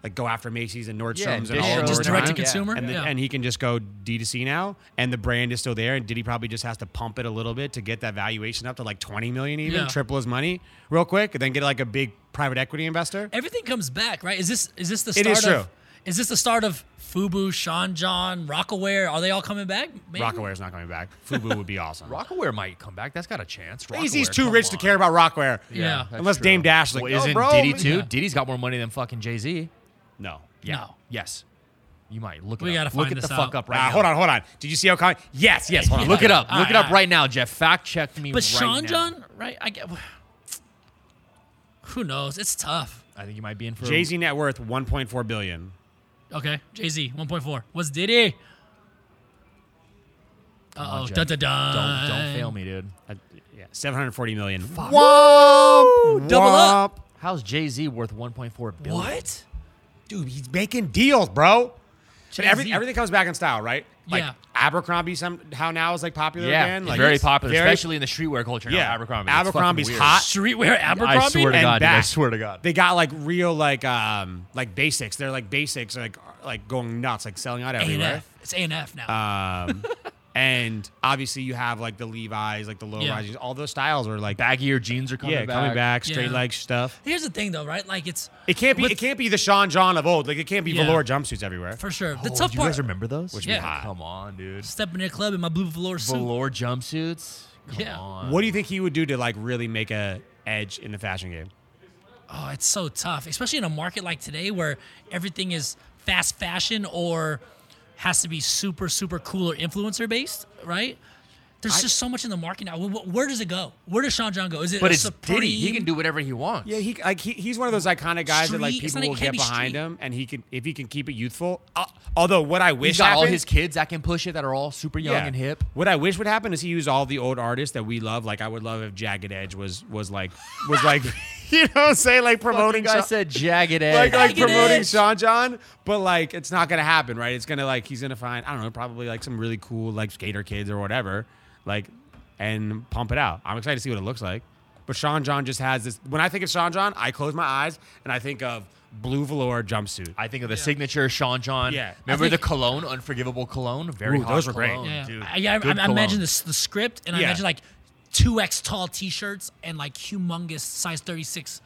S1: like go after Macy's and Nordstrom's
S3: Yeah,
S1: and,
S3: and
S1: all
S2: Yeah,
S1: of
S3: Distro's
S2: just
S1: those
S2: direct to
S1: brands.
S2: consumer.
S1: And, the,
S2: yeah.
S1: and he can just go D2C now, and the brand is still there. And Diddy probably just has to pump it a little bit to get that valuation up to like 20 million, even
S2: Yeah.
S1: triple his money real quick, and then get like a big private equity investor.
S2: everything comes back, right? Is this is this the
S1: It
S2: start
S1: is
S2: of
S1: true.
S2: is this the start of Fubu, Sean John, Rockaware? Are they all coming back? Maybe?
S1: Rockaware is not coming back. Fubu would be awesome.
S3: Rockaware might come back. That's got a chance.
S1: Easy's
S3: Rockaware,
S1: too
S3: come
S1: rich to
S3: on.
S1: care about Rockaware.
S2: Yeah.
S3: that's
S1: Unless
S3: true.
S1: Dame Dash is like,
S3: Well,
S1: "Yo,
S3: isn't
S1: bro,
S3: Diddy
S1: we-"
S3: too?
S2: Yeah.
S3: Diddy's got more money than fucking Jay Z.
S1: No.
S2: No.
S3: Yes. You might look. It
S2: We
S3: up.
S2: gotta
S3: look
S2: find
S3: it
S2: this
S3: the
S2: out.
S3: fuck up right
S1: Ah,
S3: now.
S1: hold on, hold on. Did you see how Kanye? Yes, yes. Hold on.
S3: Look it up.
S2: All
S3: look
S2: right,
S3: it up
S2: all
S3: right.
S2: right.
S3: now, Jeff. Fact check me.
S2: But
S3: right
S2: Sean
S3: now.
S2: John, right? I get. Who knows? It's tough.
S3: I think you might be in for a-
S1: Jay Z net worth 1.4 billion.
S2: Okay, Jay Z, 1.4. What's Diddy? Uh oh.
S3: Jay.
S2: Dun dun dun.
S3: Don't don't fail me, dude.
S1: Uh, yeah, 740 million. Fuck.
S3: Whoa!
S2: Double up.
S3: How's Jay Z worth 1.4 billion?
S2: What?
S1: Dude, he's making deals, bro. But every,
S2: Jay-Z.
S1: everything comes back in style, right? Like
S2: Yeah.
S1: Abercrombie somehow now is like popular
S3: Yeah,
S1: again.
S3: it's
S1: Like
S3: very popular,
S1: very-
S3: especially in the streetwear culture.
S1: Yeah,
S3: now, Abercrombie.
S1: Abercrombie's
S3: it's fucking weird.
S1: hot.
S2: Streetwear Abercrombie.
S3: I swear to
S1: and
S3: God, dude, I
S1: back.
S3: swear to God.
S1: They got like real like um like basics. They're like basics like are, like going nuts, like selling out
S2: A and
S1: everywhere.
S2: F. It's A and F now.
S3: Uh,
S1: Um and obviously you have like the Levi's, like the low
S2: Yeah.
S1: rises, all those styles are like
S3: Baggier jeans are coming
S1: yeah,
S3: back.
S1: coming back, straight
S2: Yeah.
S1: leg stuff.
S2: Here's the thing, though, right? Like it's
S1: It can't be
S2: With-
S1: it can't be the Sean John of old. Like it can't be
S2: Yeah.
S1: velour jumpsuits everywhere.
S2: for sure the
S3: Oh,
S2: tough
S3: you
S2: part.
S3: guys remember those?
S1: Which
S2: Yeah.
S1: would be hot.
S3: Come on, dude.
S2: stepping in a club in my blue velour suit.
S3: Velour jumpsuits. Come
S2: Yeah.
S3: on.
S1: What do you think he would do to like really make a edge in the fashion game?
S2: Oh, it's so tough, especially in a market like today where everything is fast fashion or has to be super, super cool or influencer based, right? There's just so much in the market now. Wh- wh- Where does it go? Where does Sean John go? Is it
S3: But
S2: a
S3: it's
S2: Supreme?
S3: Diddy. He can do whatever he wants.
S1: Yeah, he like he, he's one of those iconic guys that like
S2: Street- it's
S1: people
S2: not- it
S1: will
S2: can't
S1: get
S2: be
S1: behind
S2: street.
S1: him, and he can if he can keep it youthful. Uh, although what I wish
S3: He's got all
S1: happened-
S3: his kids that can push it that are all super young
S1: Yeah.
S3: and hip.
S1: What I wish would happen is he used all the old artists that we love. Like I would love if Jagged Edge was was like was like you know what I'm saying like promoting
S3: guy
S1: Sean,
S3: said jagged edge.
S1: like like
S2: Jagged
S1: promoting
S2: Edge.
S1: Sean John, but like it's not gonna happen, right? It's gonna like he's gonna find I don't know probably like some really cool like skater kids or whatever, like and pump it out. I'm excited to see what it looks like. But Sean John just has this. When I think of Sean John, I close my eyes and I think of blue velour jumpsuit.
S3: I think of the signature Sean John.
S1: Yeah.
S3: Remember
S2: I think-
S3: the cologne, unforgivable cologne? Very
S1: Ooh,
S3: hot
S1: those were great.
S3: cologne,
S2: Yeah,
S3: dude.
S2: I, yeah, I,
S3: Good
S2: I, I
S3: cologne.
S2: imagine this, the script, and I
S1: Yeah.
S2: imagine like two X tall T-shirts and like humongous size 36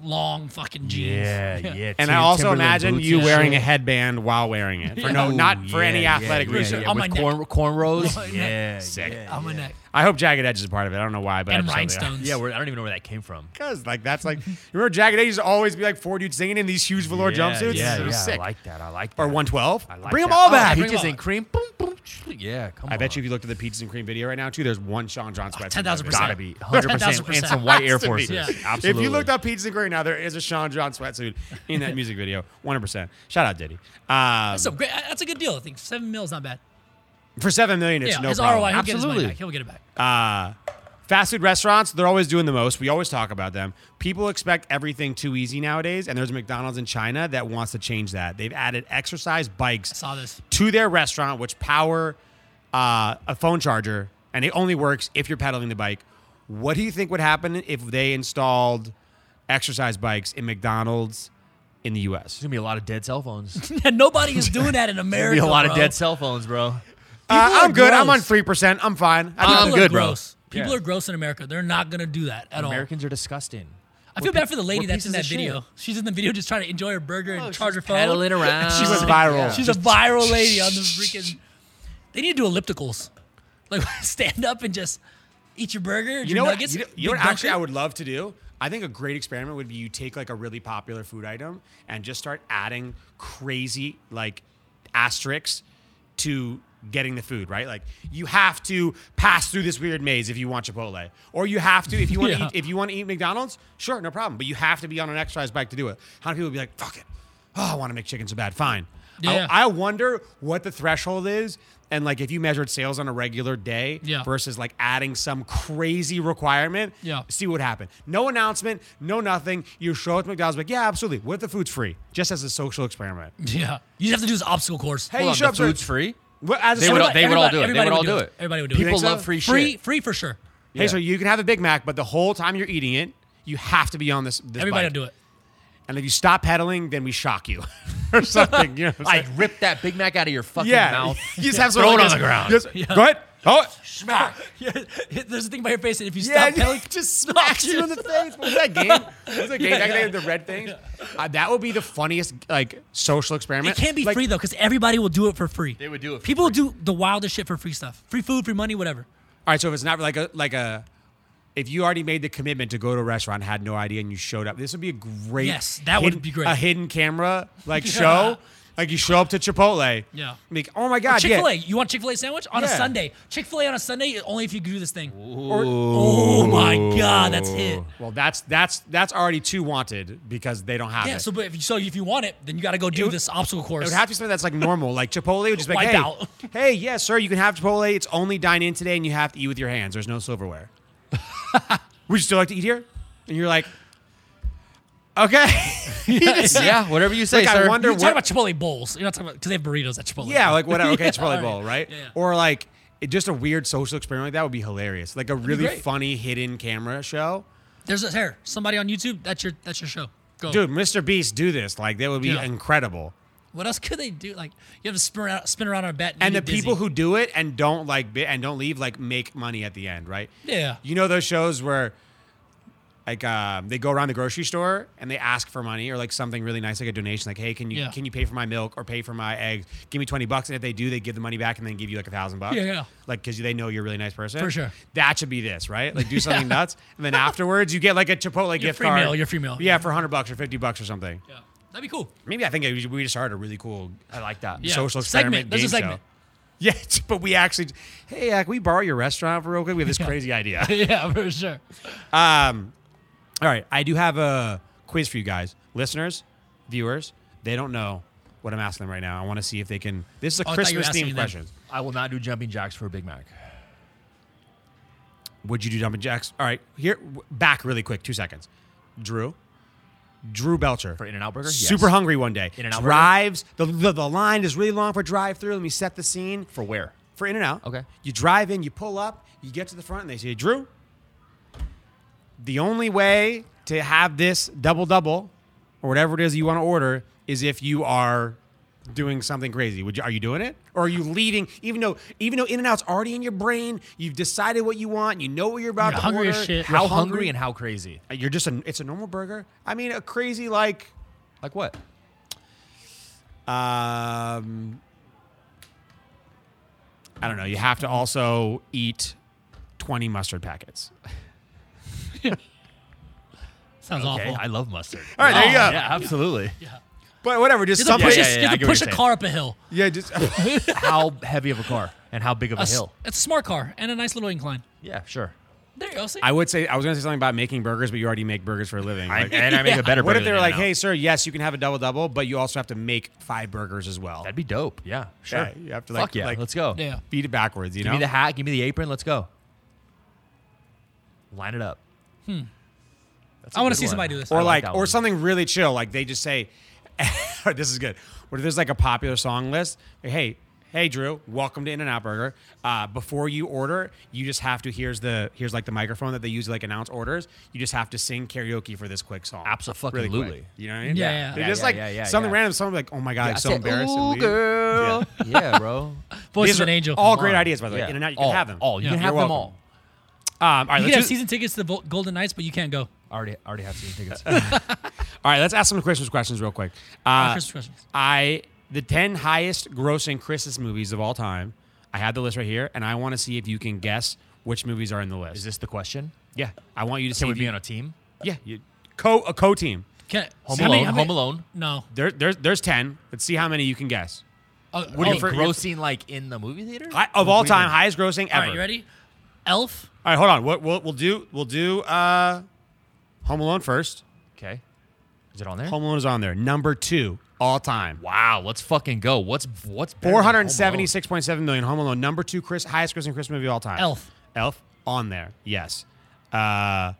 S2: long fucking jeans.
S3: Yeah, yeah.
S1: And
S3: Tim-
S1: I also
S3: Timberland
S1: imagine
S3: boots
S1: you
S3: and
S1: wearing
S3: shit.
S1: a headband while wearing it for no,
S3: Ooh,
S1: not for
S3: yeah,
S1: any
S3: yeah,
S1: athletic
S3: yeah,
S1: reason.
S3: Yeah,
S2: On
S3: With
S2: my
S3: corn, cornrows.
S2: On my neck.
S3: yeah,
S1: Sick.
S3: yeah,
S2: I'm a
S3: yeah.
S2: neck.
S1: I hope Jagged Edge is a part of it. I don't know why, but
S2: And
S1: I'm
S2: rhinestones.
S3: Yeah, we're, I don't even know where that came from.
S1: Because like that's like you remember Jagged Edge used to always be like four dudes singing in these huge velour
S3: yeah,
S1: jumpsuits.
S3: Yeah,
S1: it
S3: yeah.
S1: was sick.
S3: I like that. I like that.
S1: or 112.
S3: I like
S1: Bring
S3: that.
S1: them all
S3: Oh,
S1: back.
S2: yeah,
S3: Peaches
S2: all
S3: and
S2: back.
S3: cream. Boom, boom. sh- Yeah, come on.
S1: I bet you if you looked at the peaches and cream video right now too, there's one Sean John sweatshirt.
S2: 10,000%.
S3: Gotta be 100%. And
S2: 10,000%.
S3: some white Air
S1: Has to be.
S3: Forces.
S2: Yeah. If you
S3: Absolutely.
S1: If you looked up peaches and cream now, there is a Sean John sweatsuit in that music video. 100%. Shout out Diddy. Um,
S2: So great. That's a good deal. I think seven mil is not bad.
S1: for seven million, it's
S2: yeah,
S1: no
S2: his
S1: problem.
S2: ROI. He'll get his money
S3: Absolutely.
S2: back. He'll get it back.
S1: uh, fast food restaurants, they're always doing the most. We always talk about them. People expect everything too easy nowadays, and there's McDonald's in China that wants to change that. They've added exercise bikes
S2: Saw this.
S1: to their restaurant, which power uh, a phone charger, and it only works if you're pedaling the bike. What do you think would happen if they installed exercise bikes in McDonald's in the U.S.?
S3: There's gonna be a lot of dead cell phones. There's
S2: And nobody is doing that in
S3: gonna
S2: America.
S3: be a lot
S2: bro.
S3: of dead cell phones, bro.
S1: Uh,
S2: are
S1: I'm good. I'm on
S2: gross.
S1: three percent. I'm fine. I
S2: People
S1: think-
S3: I'm
S2: are
S3: good, bro.
S2: gross. People
S3: Yeah.
S2: are gross in America. They're not gonna do that at
S3: Americans are disgusting.
S2: all. I feel bad for the lady
S3: we're
S2: that's in that
S3: pieces of
S2: video. She's in the video just trying to enjoy her burger and
S3: Oh,
S2: charge her
S3: she's
S2: phone.
S3: pedaling around.
S2: She's
S1: She went
S2: a-
S1: viral.
S2: Uh, She's a viral lady on the freaking. They need to do ellipticals, like stand up and just eat your burger,
S1: You
S2: your
S1: know what?
S2: nuggets.
S1: you know, you know
S2: big
S1: what actually
S2: dunker.
S1: I would love to do? I think a great experiment would be you take like a really popular food item and just start adding crazy like asterisks to getting the food, right? Like you have to pass through this weird maze if you want Chipotle. Or you have to if you want to
S2: Yeah.
S1: eat if you want to eat McDonald's, sure, no problem, but you have to be on an exercise bike to do it. How many people would be like, "Fuck it. Oh, I want to make chicken so bad." Fine. I-
S2: Yeah.
S1: I wonder what the threshold is and like if you measured sales on a regular day
S2: Yeah.
S1: versus like adding some crazy requirement.
S2: Yeah.
S1: See what happened. No announcement, no nothing. You show up to McDonald's, like, yeah, absolutely. What if the food's free? Just as a social experiment.
S2: Yeah, you have to do this obstacle course.
S1: Hey,
S3: Hold
S1: you
S3: on,
S1: show
S3: the
S1: up to-
S3: food's free.
S1: Well, as a
S3: They would all-
S1: social-
S3: they would all do it. They
S2: everybody
S3: would all do it.
S2: Everybody would do
S3: People
S2: it.
S3: love free
S2: free,
S3: shit.
S2: free for sure.
S1: Hey, so you can have a Big Mac, but the whole time you're eating it, you have to be on this. this
S2: Everybody
S1: bike.
S2: will do it.
S1: And if you stop pedaling, then we shock you or something. You know what I'm
S3: I
S1: saying?
S3: rip that Big Mac out of your fucking
S1: yeah.
S3: mouth.
S1: You just have
S3: Throw
S1: someone
S3: it
S1: like
S3: on the
S1: this.
S3: ground.
S1: Just- Go ahead. Oh, smack.
S2: Yeah, there's a thing by your face, and if you
S1: Yeah,
S2: stop
S1: and
S2: pedaling,
S1: he just smacks you in the face. What was that game? What was that game back then? The red things. Uh, that would be the funniest like social
S2: it
S1: experiment.
S2: can't be
S1: Like,
S2: free though, because everybody will do it for free. They
S3: would do it for
S2: People will do the wildest shit for free stuff, free food, free money, whatever.
S1: All right, so if it's not like a like a, if you already made the commitment to go to a restaurant, had no idea, and you showed up, this would be a great
S2: Yes, that would
S1: hidden-
S2: be great.
S1: A hidden camera like show. Like you show up to Chipotle.
S2: Yeah.
S1: Like, oh my God.
S2: Chick Fil A.
S1: yeah.
S2: You want Chick Fil A sandwich on a
S1: Yeah.
S2: Sunday? Chick Fil A on a Sunday only if you can do this thing. Oh my God, that's hit.
S1: Well, that's that's that's already too wanted because they don't have
S2: Yeah.
S1: it.
S2: So, but if you, so if you want it, then you got to go do
S1: would-
S2: this obstacle
S1: it
S2: course.
S1: would have to be something that's like normal. Like Chipotle would just be like, hey,
S2: Wipe out.
S1: hey, yeah, sir, you can have Chipotle. It's only dine in today, and you have to eat with your hands. There's no silverware. would you still like to eat here? And you're like, okay. You just-
S3: yeah, whatever you say,
S1: Look, I
S3: sir.
S1: wonder-
S2: You're talking
S1: where-
S2: about Chipotle bowls. You're not talking about because they have burritos at Chipotle.
S1: Yeah, like whatever. Okay,
S2: Yeah,
S1: Chipotle
S2: alright.
S1: bowl, right?
S2: Yeah, yeah.
S1: Or like it, just a weird social experiment like that would be hilarious. Like a really
S2: great.
S1: funny hidden camera show.
S2: There's a hair. Somebody on YouTube. That's your that's your show. Go.
S1: Dude, Mr. Beast do this. Like that would be
S2: Oh. Yeah.
S1: incredible.
S2: What else could they do? Like you have to spin around, spin around on a bat.
S1: And the people who do it and don't like bi- and don't leave like make money at the end, right?
S2: Yeah.
S1: You know those shows where like um, they go around the grocery store and they ask for money or like something really nice like a donation like hey can you
S2: Yeah.
S1: can you pay for my milk or pay for my eggs give me 20 bucks and if they do they give the money back and then give you like a thousand bucks
S2: Yeah, yeah.
S1: like because they know you're a really nice person
S2: For sure.
S1: that should be this right like do something nuts and then afterwards you get like a chipotle gift
S2: free
S1: card
S2: meal, your free meal.
S1: yeah, for 100 bucks or 50 bucks or something
S2: Yeah. That'd be cool.
S1: maybe i think it- we just started a really cool
S3: I like that.
S2: Yeah.
S1: social
S2: Segment.
S1: experiment
S2: That's
S1: game
S2: a segment.
S1: show. Yeah, but we actually, hey, uh, can we borrow your restaurant for real quick? We have this
S2: Yeah.
S1: crazy idea.
S2: yeah, for sure.
S1: Um, all right, I do have a quiz for you guys, listeners, viewers. They don't know what I'm asking them right now. I want to see if they can. This is a
S2: Oh, I thought you were
S1: Christmas
S2: asking
S1: themed
S2: them.
S1: question.
S3: I will not do jumping jacks for a Big Mac.
S1: Would you do jumping jacks? All right, here w- back really quick, two seconds. Drew, Drew Belcher
S3: For In-N-Out Burger? Yes.
S1: Super hungry one day.
S3: In-N-Out Burger?
S1: drives the, the the line is really long for drive through. Let me set the scene.
S3: For where?
S1: for In and Out.
S3: Okay.
S1: You drive in, you pull up, you get to the front, and they say, Drew, the only way to have this double double or whatever it is you want to order is if you are doing something crazy. Would you, are you doing it? Or are you leading? Even though even though In and Out's already in your brain, you've decided what you want, you know what you're about
S2: You're
S1: to
S2: hungry as
S1: order.
S2: shit.
S3: How hungry and how crazy?
S1: You're just a it's a normal burger. I mean a crazy like
S3: Like what?
S1: um, I don't know. You have to also eat 20 mustard packets.
S2: Sounds
S3: Okay,
S2: awful.
S3: I love mustard. Oh,
S1: All right, there you go.
S3: Yeah, absolutely.
S1: But whatever, just
S2: You have to
S1: something.
S2: push, a,
S3: yeah, yeah,
S2: you have
S3: I
S2: to
S3: get what
S2: push a
S3: you're saying.
S2: car up a hill.
S1: yeah, just
S3: how heavy of a car and how big of a,
S2: A s-
S3: hill?
S2: It's a smart car and a nice little incline.
S3: Yeah, sure.
S2: There you go. See?
S1: I would say I was going to say something about making burgers, but you already make burgers for a living. Like,
S3: and I make a better.
S1: what if
S3: burger
S1: they were
S3: than
S1: like,
S3: In-N-Out.
S1: "Hey, sir, yes, you can have a double double, but you also have to make five burgers as well."
S3: that'd be dope." Yeah, sure.
S1: Yeah, you have to, like-
S3: Fuck yeah,
S1: like-
S3: let's go.
S2: yeah.
S1: Beat it backwards, you
S3: Give
S1: know.
S3: me the hat. Give me the apron. Let's go. Line it up. Hmm.
S2: I wanna see somebody do this.
S1: or
S2: I
S1: like, or something really chill. Like they just say, "This is good." Or there's like a popular song list. Like, hey, hey, Drew, welcome to In and Out Burger. Uh, before you order, you just have to here's the here's like the microphone that they use to like announce orders. You just have to sing karaoke for this quick song.
S3: Abso-fucking-lutely.
S1: Really quick. you know what I mean?
S2: Yeah, yeah.
S1: They
S3: Yeah,
S1: just
S3: yeah,
S1: like
S3: yeah, yeah,
S1: something
S3: yeah.
S1: random. Something like, "Oh my god, it's so embarrassing."
S3: Ooh,
S1: leave."
S3: girl. Yeah, bro.
S2: Voice
S1: These
S2: of an
S1: are
S2: angel.
S1: All
S2: Come
S1: great
S2: on.
S1: ideas, by the way.
S3: Yeah.
S1: In and out, you can
S3: All,
S1: have them.
S3: All you
S2: Yeah.
S3: can
S1: You're
S3: have them
S1: welcome.
S3: all.
S1: Um, all right, let's
S2: You can have
S1: do-
S2: season tickets to the Vol- Golden Knights, but you can't go.
S3: I already, I already have season tickets.
S1: All right, let's ask some Christmas questions real quick. Uh,
S2: Christmas questions.
S1: I the ten highest grossing Christmas movies of all time. I had the list right here, and I want to see if you can guess which movies are in the list.
S3: Is this the question?
S1: yeah, I want you to see.
S3: Can we
S1: if
S3: be
S1: you,
S3: on a team?
S1: yeah, you, co a co team.
S2: Can
S3: Home
S2: how many-
S3: Alone,
S2: how many-
S3: Home Alone.
S2: No.
S1: There, there's there's ten. Let's see how many you can guess.
S2: Uh,
S3: What
S2: oh,
S3: do you
S1: for-
S3: grossing like in the movie theater?
S1: Hi- of all time, highest grossing ever.
S2: All right, you ready? Elf.
S1: All right, hold on. What we'll, we'll do we'll do uh, Home Alone first.
S3: Okay. Is it on there?
S1: Home Alone is on there. Number two all time.
S3: Wow, let's fucking go. What's what's better than
S1: Four
S3: Home
S1: hundred
S3: Alone?
S1: and seventy six point seven million. Home Alone, number two, Chris, highest grossing Christmas movie of all time.
S2: Elf.
S1: Elf on there. Yes. Uh,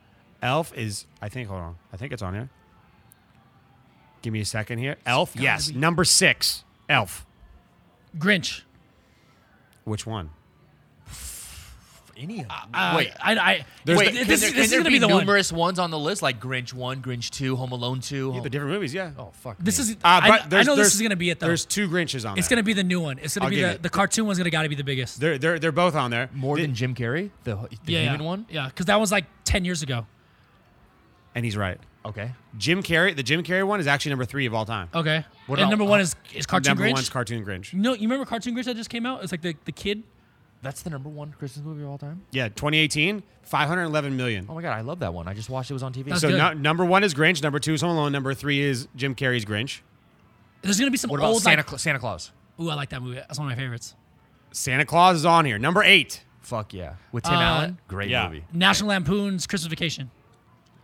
S1: Elf is. I think. Hold on. I think it's on here. Give me a second here. Elf.
S2: gotta
S1: Yes.
S2: be-
S1: Number six. Elf.
S2: Grinch.
S1: Which
S2: Oh.
S1: one?
S3: Any of them.
S2: Uh,
S3: Wait.
S2: I, I,
S1: There's
S2: wait,
S1: the-
S2: this,
S3: can
S2: this
S3: there,
S2: is
S3: can there
S2: going to
S3: be
S2: be the one.
S3: numerous ones on the list, like Grinch One, Grinch Two, Home Alone Two.
S1: Yeah,
S3: Home-
S1: the different movies. Yeah.
S3: oh fuck.
S2: This is.
S3: me.
S1: Uh,
S2: I,
S1: but
S2: I
S1: there's-
S2: know this
S1: there's-
S2: is going to be it though.
S1: There's two Grinches on
S2: It's
S1: there.
S2: going to be the new one. It's going
S1: I'll
S2: to be
S1: give
S2: the,
S1: you-
S2: the cartoon one's going to got to be the biggest.
S1: They're they're they're both on there.
S3: more
S1: Th-
S3: than Jim Carrey, the the
S2: yeah,
S3: human
S2: yeah.
S3: one.
S2: Yeah, because that was like ten years ago.
S1: and he's right.
S3: Okay.
S1: Jim Carrey. The Jim Carrey one is actually number three of all time.
S2: Okay.
S3: What
S2: and
S3: about-
S2: number one is is Oh, Cartoon
S1: number
S2: Grinch.
S1: one's Cartoon Grinch.
S2: no, you remember Cartoon Grinch that just came out? It's like the, the kid.
S3: That's the number one Christmas movie of all time.
S1: Yeah. 2018. 511 million.
S3: Oh my god, I love that one. I just watched it was on TV.
S2: That's
S1: so
S2: good.
S1: no, number one is Grinch. Number two is Home Alone. Number three is Jim Carrey's Grinch.
S2: There's gonna be some
S3: What about
S2: old
S3: Santa,
S2: like-
S3: Cla- Santa Claus?
S2: Ooh, I like that movie. That's one of my favorites.
S1: Santa Claus is on here. Number eight.
S3: Fuck yeah. With Tim
S2: Uh,
S3: Allen? Great
S1: yeah.
S3: movie.
S2: National Lampoon's Christmas Vacation.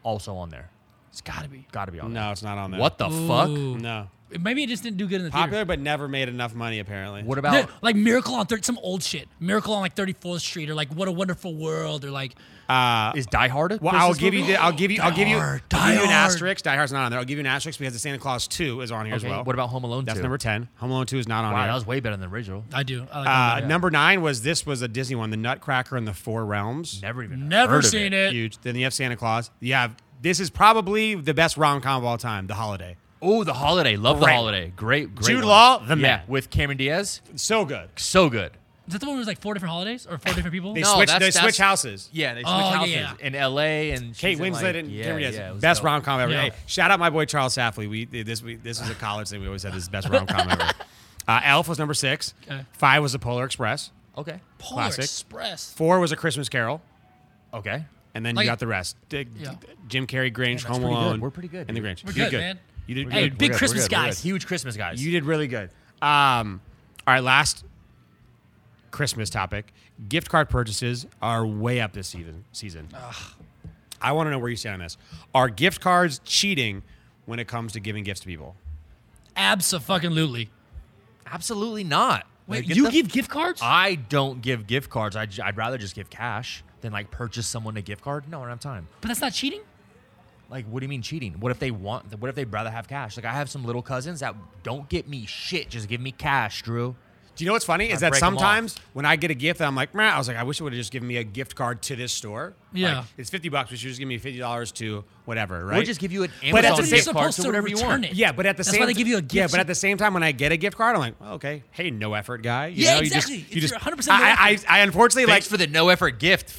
S3: Also on there.
S2: It's gotta be.
S3: Gotta be on
S1: No, it's not on
S3: there.
S1: there.
S3: What the
S2: Ooh.
S3: fuck?
S1: No.
S2: Maybe it just didn't do good in the theater.
S1: Popular, but never made enough money, apparently.
S3: What
S2: No,
S3: about
S2: like Miracle on 30, some old shit. Miracle on like 34th Street or like What a Wonderful World or like
S3: is Die Hard? a
S1: Uh, Well, I'll
S3: Christmas
S1: give you.
S3: movie?
S1: The, I'll give you. I'll give you.
S2: Die Hard,
S1: I'll give you an
S2: Die Hard.
S1: asterisk. Die Hard's not on there. I'll give you an asterisk because the Santa Claus Two is on here as
S3: Okay,
S1: well.
S3: What about Home Alone
S1: That's
S3: 2?
S1: number ten. Home Alone Two is not on
S3: Wow,
S1: here.
S3: that was way better than the original.
S2: I do. I like
S1: uh,
S2: that movie.
S1: Number nine was this was a Disney one, The Nutcracker and the Four Realms.
S3: Never even
S2: Never
S3: heard of
S2: seen
S3: it.
S2: it.
S1: Huge. Then you have Santa Claus. You have this is probably the best rom com of all time, The Holiday.
S3: Oh, The Holiday. Love The
S1: Great.
S3: Holiday. Great, great.
S1: Jude
S3: one.
S1: Law, the
S3: yeah,
S1: man.
S3: With Cameron Diaz.
S1: So good.
S3: So good.
S2: Is that the one where it was like four different holidays or four different people?
S1: They
S3: No,
S1: switch.
S3: that's-
S1: They
S3: that's-
S1: switch houses.
S3: Yeah, they switch
S2: Oh, yeah,
S3: houses
S2: yeah.
S3: in L.A. and
S1: Kate
S3: she's in,
S1: Winslet
S3: like-
S1: and
S3: yeah,
S1: Cameron Diaz.
S3: yeah, it was
S1: best
S3: dope.
S1: rom com ever.
S2: Yeah.
S1: Hey, shout out my boy Charles Safley. We this we this is a college thing. We always had this is best rom com ever. Uh, Elf was number six.
S2: Okay.
S1: Five was The Polar Express.
S3: Okay.
S2: Polar
S1: classic.
S2: Express.
S1: Four was A Christmas Carol.
S3: Okay.
S1: And then
S2: Like-
S1: you got the rest. D-
S2: Yeah.
S1: d- Jim Carrey, Grinch,
S3: that's
S1: Home
S3: pretty good.
S1: Alone.
S3: We're pretty good,
S1: And the
S3: dude.
S1: Grinch.
S2: We're
S1: you did
S2: good,
S1: good,
S2: man.
S1: You did
S2: Hey,
S1: good.
S2: big
S3: We're good,
S2: Christmas
S3: we're good, we're
S2: guys.
S3: good. Huge Christmas guys.
S1: You did really good. Um, all right, last Christmas topic. Gift card purchases are way up this season. Season. I want to know where you stand on this. Are gift cards cheating when it comes to giving gifts to people?
S2: Absolutely.
S3: Absolutely not.
S2: Wait,
S3: Like, get
S2: you
S3: the-
S2: give gift cards?
S3: I don't give gift cards. I, would rather just give cash than like purchase someone a gift card. No, I don't have time.
S2: but that's not cheating?
S3: Like, what do you mean cheating? What if they want? What if they'd rather have cash? Like, I have some little cousins that don't get me shit. Just give me cash, Drew.
S1: Do you know what's funny is
S3: I
S1: that
S3: break 'em
S1: sometimes when I get a gift, I'm like, man, I was like, I wish it would have just given me a gift card to this store.
S2: Yeah.
S1: Like, it's fifty bucks, but you just give me fifty dollars to whatever, right?
S3: Or just give you an
S1: But
S3: Amazon
S1: that's
S2: that's
S1: the
S2: when
S1: same-
S2: you're
S3: gift card
S2: supposed
S3: to
S2: to
S3: whatever you
S2: return
S3: want.
S2: it.
S1: Yeah, but at the
S2: That's
S1: same
S2: why they give you a gift.
S1: Yeah, but at the same time, when I get a gift card, I'm like, oh, okay, hey, no effort guy. You
S2: Yeah,
S1: know, you just-
S2: exactly.
S1: You
S2: It's
S1: just,
S2: 100% no
S1: I, I, I unfortunately
S3: Thanks
S1: like
S3: for the no effort gift,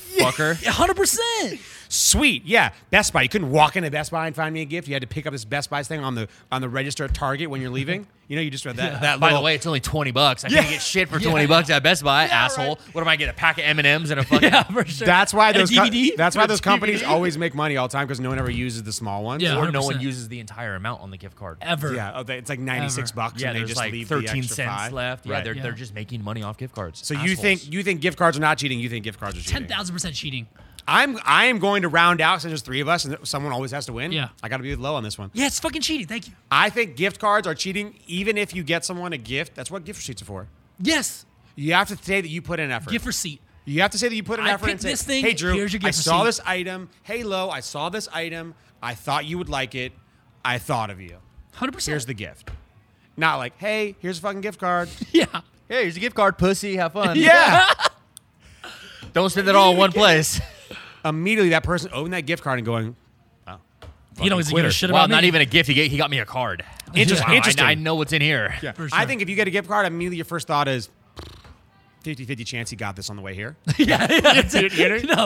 S3: fucker.
S2: 100%.
S1: sweet. Yeah, Best Buy. You couldn't walk into Best Buy and find me a gift. You had to pick up this Best Buy thing on the on the register at Target when you're leaving. you know, you just read that. that
S3: By the
S1: little-
S3: way, it's only twenty bucks. I
S1: Yeah.
S3: can't get shit for twenty bucks at Best Buy, asshole. What am I get a pack of M and M's and a fucking?
S2: Yeah, for sure.
S1: That's why
S2: And a
S1: those co-
S2: DVD?
S1: that's why
S2: And a
S1: those companies
S2: DVD?
S1: always make money all the time because no one ever uses the small ones.
S2: Yeah.
S3: Or no one
S2: 100%.
S3: uses the entire amount on the gift card.
S2: Ever.
S1: yeah. Oh, they, it's like ninety six
S2: Ever.
S1: bucks,
S3: Yeah,
S1: and they
S3: there's
S1: just
S3: like
S1: leave the
S3: thirteen
S1: extra
S3: cents
S1: five.
S3: left. Yeah,
S1: Right.
S3: they're
S2: Yeah.
S3: they're just making money off gift cards.
S1: So you think you think gift cards are not cheating? You think gift cards are cheating?
S2: 10,000% cheating.
S1: I'm I am going to round out since there's three of us and someone always has to win.
S2: Yeah.
S1: I got to be with low on this one.
S2: Yeah, it's fucking cheating. Thank you.
S1: I think gift cards are cheating, even if you get someone a gift. That's what gift receipts are for.
S2: Yes.
S1: You have to say that you put in effort.
S2: Gift receipt.
S1: you have to say that you put in
S2: I
S1: effort and
S2: picked
S1: say,
S2: this thing,
S1: "Hey Drew,
S2: here's your gift
S1: I saw
S2: receipt."
S1: this item. Hey Lo, I saw this item. I thought you would like it. I thought of you.
S2: 100%.
S1: Here's the gift." Not like, "Hey, here's a fucking gift card."
S2: Yeah.
S3: Hey, here's a gift card, pussy. Have fun.
S1: yeah.
S3: Don't spend it all in one place.
S1: Immediately, that person opened that gift card and going,
S2: You know, he's giving
S1: quitter.
S2: a shit
S3: Wow,
S2: about
S3: not
S2: me.
S3: even a gift. He, get, he got me a card.
S1: Interest-
S3: Wow, I-
S1: interesting.
S3: I, know what's in here. Yeah.
S2: For
S1: I
S2: sure.
S1: think if you get a gift card, immediately your first thought is 50 50 chance he got this on the way here.
S2: yeah, yeah. no,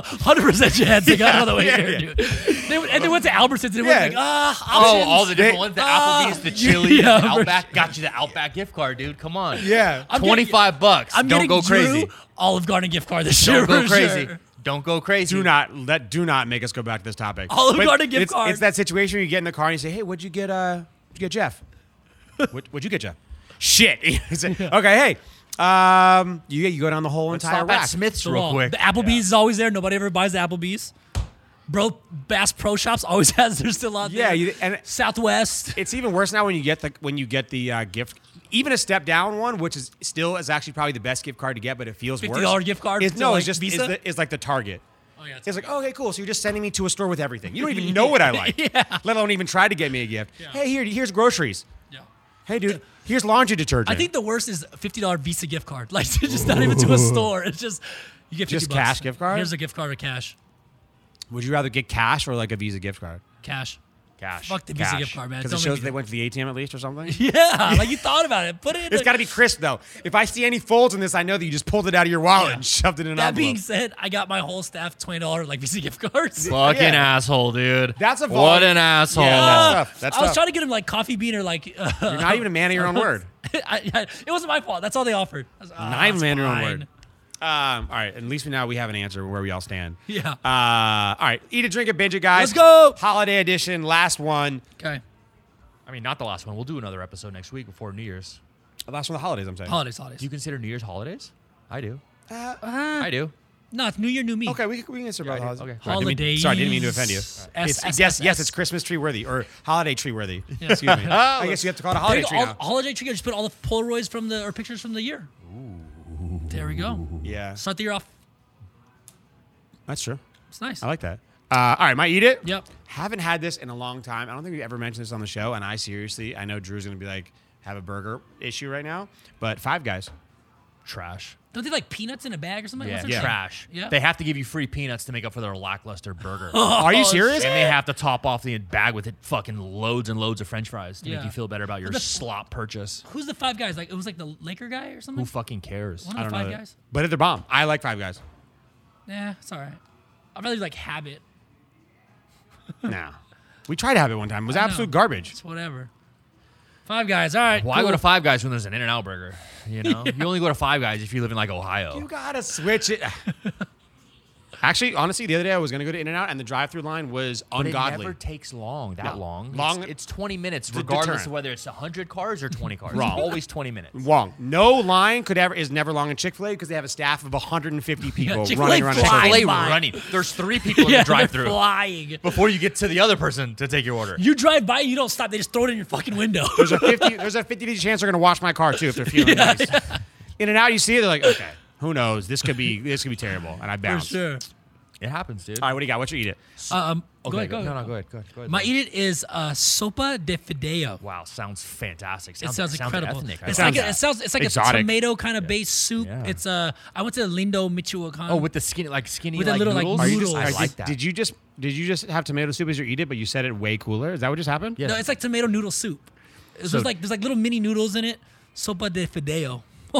S2: 100% chance they got out of the way here, dude. They, went- and they went to Albertsons and it was
S1: Yeah.
S2: like, ah,
S3: Oh,
S2: options.
S3: all the different ones. The Applebee's, the Chili,
S2: yeah,
S3: the
S2: for
S3: Outback. Got you the Outback gift card, dude. Come on.
S1: Yeah.
S2: I'm getting-
S3: 25 bucks.
S2: I'm
S3: Don't
S2: getting
S3: go
S2: Drew
S3: crazy.
S2: Olive Garden gift card this year.
S3: Don't go
S2: for
S3: crazy.
S2: sure.
S3: Don't go crazy.
S1: Do not let do not make us go back to this topic.
S2: Olive
S1: But
S2: Garden gift
S1: it's,
S2: card.
S1: It's that situation where you get in the car and you say, "Hey, what'd you get? Uh, what'd you get, Jeff? what, what'd you get, Jeff? Shit. It's like, okay, hey, um, you you go down the whole entire
S3: Stop at
S1: rack.
S3: Smith's
S2: So
S3: real
S2: long.
S3: quick.
S2: The Applebee's is always there. Nobody ever buys the Applebee's. Bro, Bass Pro Shops always has. They're still out
S1: Yeah,
S2: there.
S1: you- and-
S2: Southwest.
S1: It's even worse now when you get the when you get the uh, gift. Even a step down one, which is still is actually probably the best gift card to get, but it feels worse.
S2: $50 gift card
S1: Is,
S2: to,
S1: no,
S2: like,
S1: it's just is,
S2: Visa?
S1: the, is like the Target.
S2: Oh, yeah, it's
S1: It's like, okay, cool. So you're just sending me to a store with everything. You don't even know what I like, let alone even try to get me a gift. Hey, here, here's groceries.
S2: Yeah.
S1: Hey, dude, here's laundry detergent.
S2: I think the worst is a fifty dollar Visa gift card. Like it's just not even to a store. It's just you get 50
S1: Just
S2: bucks.
S1: cash gift card?
S2: Here's a gift card or cash.
S1: Would you rather get cash or like a Visa gift card?
S2: Cash.
S3: Cash.
S2: Fuck the Visa
S3: Cash.
S2: gift card, man.
S1: Because it
S2: Don't
S1: shows
S2: make me
S1: they went to the ATM at least or something.
S2: do it. Yeah, like you thought about it. Put it. In
S1: It's
S2: the-
S1: got to be crisp though. If I see any folds in this, I know that you just pulled it out of your wallet
S2: Yeah.
S1: and shoved it in an
S2: That
S1: envelope.
S2: being said, I got my whole staff twenty dollar like Visa gift cards.
S3: Fucking
S1: Yeah.
S3: asshole, dude.
S1: That's a
S3: What
S1: vol-
S3: an asshole.
S1: Yeah, that's tough. That's
S2: I was
S1: tough.
S2: trying to get him like coffee bean or like. Uh,
S1: You're not even a man of your own word.
S2: I, I, it wasn't my fault. That's all they offered. I was, "Ah,
S1: Not even
S2: it's
S1: a man of your own
S2: fine."
S1: word. Um, all right, at least we now we have an answer where we all stand.
S2: Yeah.
S1: Uh, all right, eat a drink and binge it, guys.
S2: Let's go.
S1: Holiday edition, last one.
S2: Okay.
S3: I mean, not the last one. We'll do another episode next week before New Year's.
S1: Last one of the holidays, I'm saying.
S2: Holidays, holidays.
S3: Do you consider New Year's holidays? I do. I do.
S2: no, it's New Year, New Me.
S1: Okay, we, can- we can answer
S3: I
S1: both
S3: do.
S1: holidays.
S3: Okay.
S1: Sorry, I didn't mean- Sorry, I didn't mean to offend you.
S2: Holidays.
S1: It's-
S2: S-
S1: yes,
S2: S-
S1: yes,
S2: S.
S1: it's Christmas tree worthy or holiday tree worthy. Excuse me. I guess you have to call it a
S2: There
S1: holiday
S2: you go.
S1: tree now.
S2: All, holiday tree. Just put all the Polaroids from the or pictures from the year. There we go.
S1: Yeah,
S2: Start the year off.
S1: that's true.
S2: It's nice.
S1: I like that. Uh, all right, might eat it.
S2: Yep.
S1: Haven't had this in a long time. I don't think we ever mentioned this on the show. And I seriously, I know Drew's gonna be like have a burger issue right now, but Five Guys.
S3: Trash.
S2: Don't they like peanuts in a bag or something?
S3: Yeah.
S2: What's that
S1: Yeah.
S2: shit?
S3: Trash.
S2: Yeah.
S3: They have to give you free peanuts to make up for their lackluster burger.
S1: Are you
S2: Oh,
S1: serious?
S3: And they have to top off the bag with it fucking loads and loads of french fries to
S2: Yeah.
S3: make you feel better about your
S2: the-
S3: slop purchase.
S2: Who's the five guys? Like it was like the Laker guy or something.
S3: Who fucking cares?
S2: One
S1: I
S2: of the
S1: don't know.
S2: five
S1: that-
S2: guys.
S1: But they're bomb. I like Five Guys.
S2: Yeah, it's all right. I'd rather like habit.
S1: nah. We tried to have it one time. It was absolute garbage.
S2: It's whatever. Five guys. All right.
S3: Why
S2: cool.
S3: go to Five Guys when there's an In and Out burger? You know? You only go to Five Guys if you live in like Ohio.
S1: You gotta switch it. Actually, honestly, the other day I was gonna go to In and Out, and the drive-through line was
S3: It
S1: ungodly.
S3: never takes long, that
S1: No.
S3: long.
S1: Long-
S3: It's, it's 20 minutes,
S1: a
S3: regardless
S1: deterrent.
S3: of whether it's 100 cars or 20 cars.
S1: Wrong.
S3: It's always 20 minutes.
S1: Wrong. No line could ever is never long in Chick Fil A because they have a staff of 150 people
S2: Chick-fil-A
S1: running around. a
S2: flies.
S1: circle.
S3: Chick-fil-A
S2: by.
S3: running. There's three people in
S2: yeah,
S3: the drive
S2: they're
S3: through
S2: Flying.
S3: before you get to the other person to take your order.
S2: You drive by, you don't stop. They just throw it in your fucking window.
S1: There's a 50. There's a 50 chance they're gonna wash my car too if they're feeling nice. In and Out, you see it, they're like, okay, who knows? This could be this could be terrible, and I
S2: For
S1: bounce.
S2: sure.
S3: It happens, dude.
S1: All right, what do you got? What you eat it?
S2: Um.
S3: Okay,
S2: go ahead. Go.
S3: No, no, go ahead. Go ahead. Go ahead
S2: My eat it is uh, sopa de fideo.
S3: wow, sounds fantastic.
S2: It sounds, incredible.
S3: Ethnic.
S2: It's
S1: I
S2: like
S1: like
S2: a,
S1: that.
S2: it sounds it's like a
S1: Exotic.
S2: tomato kind of base soup.
S3: Yeah.
S2: It's a I went to Lindo Michoacan.
S3: oh, with the skinny, like skinny,
S2: With a little, like,
S3: noodles.
S2: Are
S1: you
S2: noodles.
S1: just,
S3: I
S1: did-
S3: like that.
S1: Did you just did you just have tomato soup as your eat it, but you said it way cooler? Is that what just happened?
S3: Yeah.
S2: no, it's like tomato noodle soup. It's
S3: So-
S2: just like there's like little mini noodles in it. Sopa de fideo.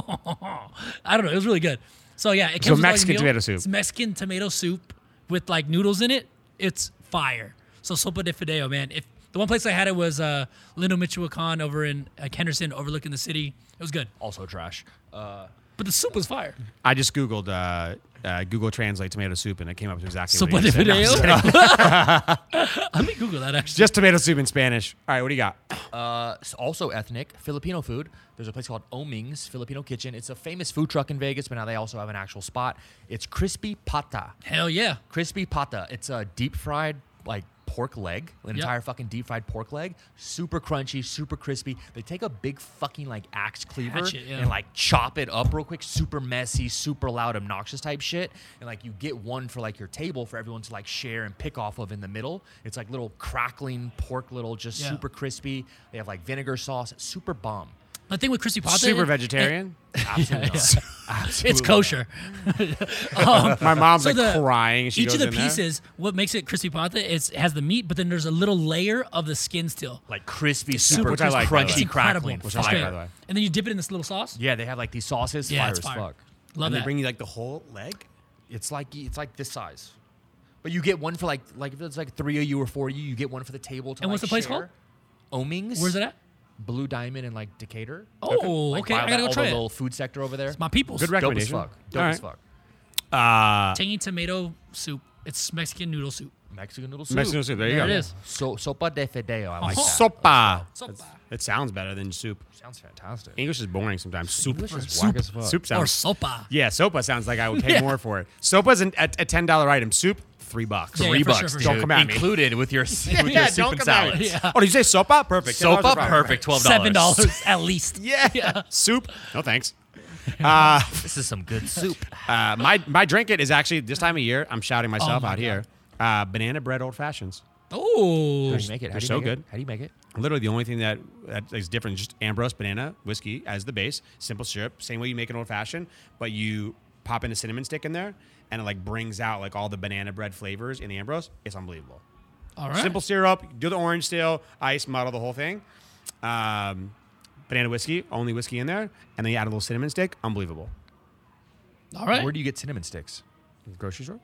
S2: I don't know. It was really good. So yeah, it comes with, like,
S1: Mexican
S2: meal.
S1: tomato soup.
S2: It's Mexican tomato soup with like noodles in it. It's fire. So sopa de fideo, man. If the one place I had it was uh, Lindo Michoacan over in like Henderson, overlooking the city. It was good,
S3: also trash. Uh,
S2: but the soup was fire.
S1: I just googled uh, uh, Google Translate tomato soup, and it came up with exactly
S2: Sopa
S1: what you
S2: de
S1: said. No, I'm just kidding.
S2: fideo. Let me Google that actually.
S1: Just tomato soup in Spanish. All right, what do you got?
S3: uh, s- also ethnic Filipino food. There's a place called Oming's Filipino Kitchen. It's a famous food truck in Vegas, but now they also have an actual spot. It's crispy pata.
S2: Hell yeah.
S3: Crispy pata. It's a deep fried like pork leg, an
S2: Yep.
S3: entire fucking deep fried pork leg. Super crunchy, super crispy. They take a big fucking like axe cleaver
S2: Hatchet, yeah.
S3: and like chop it up real quick. Super messy, super loud, obnoxious type shit. And like you get one for like your table for everyone to like share and pick off of in the middle. It's like little crackling pork, little just
S2: Yeah.
S3: super crispy. They have like vinegar sauce. Super bomb.
S2: The thing with crispy pata,
S1: Super
S2: it-
S1: vegetarian.
S3: Absolutely. not.
S2: it- it's kosher. um,
S1: My mom's
S2: so
S1: like
S2: the-
S1: crying. She
S2: each of
S1: goes
S2: the
S1: in there.
S2: pieces, what makes it crispy pata is has the meat, but then there's a little layer of the skin still.
S3: Like crispy,
S2: Super
S3: super,
S1: Which I like, by the
S3: crunchy,
S1: way.
S2: Incredible.
S3: crackling,
S1: Which I like,
S2: Fire.
S1: by the way.
S2: And then you dip it in this little sauce.
S3: Yeah, they have like these sauces.
S2: Yeah,
S3: fire
S2: it's
S3: as
S2: fire.
S3: fuck.
S2: Love
S1: And they
S2: that.
S1: bring you like the whole leg.
S3: It's like it's like this size, but you get one for like like if it's like three of you or four of you, you get one for the table. To
S2: And what's
S3: like,
S2: the place
S3: share. Omings.
S2: Where's it at?
S3: Blue Diamond and like Decatur.
S2: Oh,
S3: Like,
S2: okay,
S3: by
S2: I
S3: the-
S2: gotta go
S3: all
S2: try
S3: the
S2: it.
S3: Little food sector over there.
S2: My people's
S1: Good
S3: Dope as
S1: recommendation.
S3: fuck. Dope
S1: All
S3: as
S1: right.
S3: fuck.
S1: Uh,
S2: tangy tomato soup. It's Mexican noodle soup.
S3: Mexican noodle soup.
S1: Mexican soup. There you
S2: There
S1: go.
S2: it is.
S3: So sopa de fideo. I like
S2: Oh.
S3: that.
S1: Sopa.
S2: Sopa.
S1: It sounds better than soup.
S3: Sounds fantastic.
S1: English is boring sometimes. Soup.
S3: English is
S1: soup.
S3: whack as fuck.
S1: Soup
S2: Or
S1: sounds.
S2: sopa.
S1: yeah, sopa sounds like I would pay more for it. Sopa's an, a, a ten dollar item. Soup, three bucks.
S2: Yeah, yeah,
S3: Three
S2: for sure,
S3: bucks,
S2: for
S3: dude.
S2: sure.
S1: Don't come at me.
S3: Included with your with your
S1: Yeah,
S3: soup
S1: don't
S3: and
S1: come at
S3: salad.
S1: me.
S2: Yeah.
S1: Oh, did you say sopa? Perfect. $10
S3: Sopa,
S1: a problem.
S3: perfect. Twelve dollars.
S2: Seven dollars at least.
S1: Yeah. Soup. No thanks.
S3: This is some good soup.
S1: Uh, my my drink it is actually this time of year. I'm shouting myself
S2: my
S1: out here. Uh, banana bread old fashions.
S2: Oh.
S3: How do you make it? How
S1: They're
S3: do you
S1: so
S3: make it?
S1: good.
S3: How do you make it?
S1: Literally, the only thing that that is different is just Ambrose banana whiskey as the base, simple syrup, same way you make an old fashioned, but you pop in a cinnamon stick in there, and it like brings out like all the banana bread flavors in the Ambrose. It's unbelievable.
S2: All right.
S1: Simple syrup, do the orange still, ice, muddle the whole thing. Um, banana whiskey, only whiskey in there, and then you add a little cinnamon stick. Unbelievable.
S2: All right.
S3: Where do you get cinnamon sticks?
S1: Grocery store.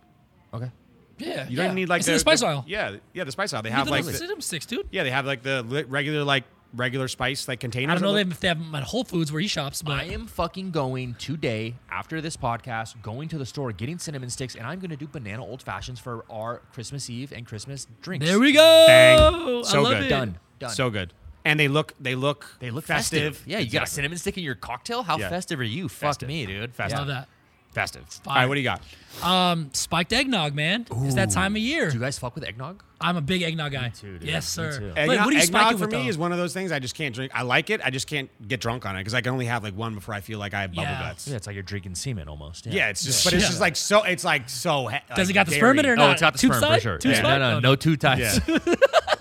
S3: Okay.
S2: yeah.
S1: You
S2: yeah.
S1: don't need like
S2: it's in the spice aisle.
S1: Yeah, yeah, the spice aisle. They
S2: You
S1: have
S2: get
S1: like
S2: those
S1: the-
S2: cinnamon sticks, dude.
S1: Yeah, they have like the li- regular like regular spice like containers.
S2: I don't know
S1: that
S2: they-
S1: look-
S2: if they have them at Whole Foods where he shops, but
S3: I am fucking going today after this podcast, going to the store, getting cinnamon sticks, and I'm going to do banana old fashions for our Christmas Eve and Christmas drinks.
S2: there we go.
S1: Bang.
S2: Oh, I
S1: So
S2: love
S1: good.
S2: it.
S3: Done. Done.
S1: so good. and they look they look
S3: They look festive. Yeah, you got a
S1: Exactly.
S3: cinnamon stick in your cocktail? How
S1: Yeah.
S3: festive are you?
S1: Festive.
S3: Fuck me, dude. Festive.
S2: Love that.
S1: festive. All
S2: fire.
S1: right, what do you got?
S2: Um, spiked eggnog, man. It's that time of year.
S3: Do you guys fuck with eggnog?
S2: I'm a big eggnog guy.
S3: too, dude.
S2: Yes,
S3: Me
S2: sir.
S3: too.
S2: Wait,
S1: Eggnog,
S2: what do you spike
S1: eggnog
S2: it
S1: for
S2: with,
S1: me
S2: though?
S1: is one of those things I just can't drink. I like it, I just can't get drunk on it because I can only have like one before I feel like I have bubble
S2: Yeah.
S1: guts.
S3: Yeah, it's like you're drinking semen almost.
S1: Yeah, it's just, but it's
S2: Yeah.
S1: just like so. It's like so. He-
S2: Does
S1: like
S2: it got the
S1: dairy.
S2: sperm in it or
S3: Oh,
S2: not?
S3: it's got the
S2: Tube
S3: sperm
S2: side?
S3: for sure.
S2: Tube
S3: Yeah. No,
S2: side?
S3: no,
S2: Oh,
S3: no two types.
S1: Yeah.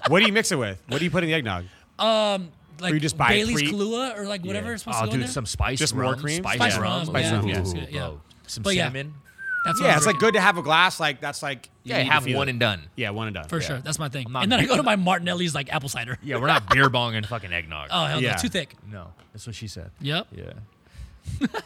S1: what do you mix it with? What do you put in the eggnog?
S2: Like
S1: you just buy it
S2: Bailey's
S1: pre-
S2: Kahlua or like whatever is supposed
S3: Oh,
S2: to go in
S3: dude,
S2: there.
S3: some spice.
S1: Just
S3: rum,
S1: more cream?
S3: Spice,
S2: Spice
S3: rum.
S2: rum,
S3: Spice
S2: yeah.
S3: rum.
S2: Yeah, it's
S3: Ooh,
S2: good, yeah.
S3: bro. Some
S2: But yeah.
S3: cinnamon.
S2: That's what
S1: Yeah,
S2: I'm
S1: it's like
S2: drinking.
S1: good to have a glass. Like that's like you
S3: Yeah,
S1: need to
S3: have
S1: feel
S3: one
S1: it.
S3: and done.
S1: Yeah, one and done.
S2: for sure. That's my thing.
S3: not-
S2: and then I go to my Martinelli's like apple cider.
S3: Yeah, we're not beer bonging fucking eggnog.
S2: Oh hell
S1: Yeah.
S2: no, too thick.
S3: No, that's what she said.
S2: Yep.
S3: Yeah.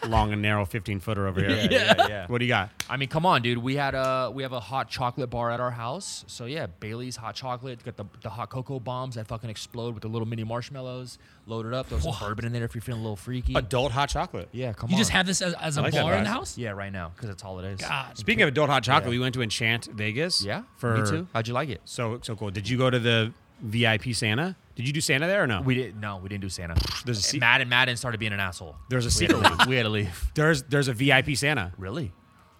S1: Long and narrow, fifteen footer over here.
S3: yeah, yeah, yeah.
S1: What do you got?
S3: I mean, come on, dude. We had a we have a hot chocolate bar at our house. So yeah, Bailey's hot chocolate. Got the, the hot cocoa bombs that fucking explode with the little mini marshmallows. Loaded up. Throw some bourbon in there if you're feeling a little freaky.
S1: Adult hot chocolate.
S3: yeah, come
S2: You
S3: on.
S2: just have this as, as a
S1: like that
S2: bar in
S1: vibe.
S2: the house.
S3: yeah right now because it's holidays.
S2: God.
S1: Speaking of adult hot chocolate, we went to Enchant Vegas.
S3: Yeah.
S1: for
S3: me too. How'd you like it?
S1: So so cool. Did you go to the VIP Santa? Did you do Santa there or no?
S3: We didn't. No, we didn't do Santa.
S1: There's a se-
S3: Mad and Madden started being an asshole.
S1: There's a
S3: we had to
S1: secret
S3: leave. we had to leave.
S1: there's there's a VIP Santa.
S3: Really?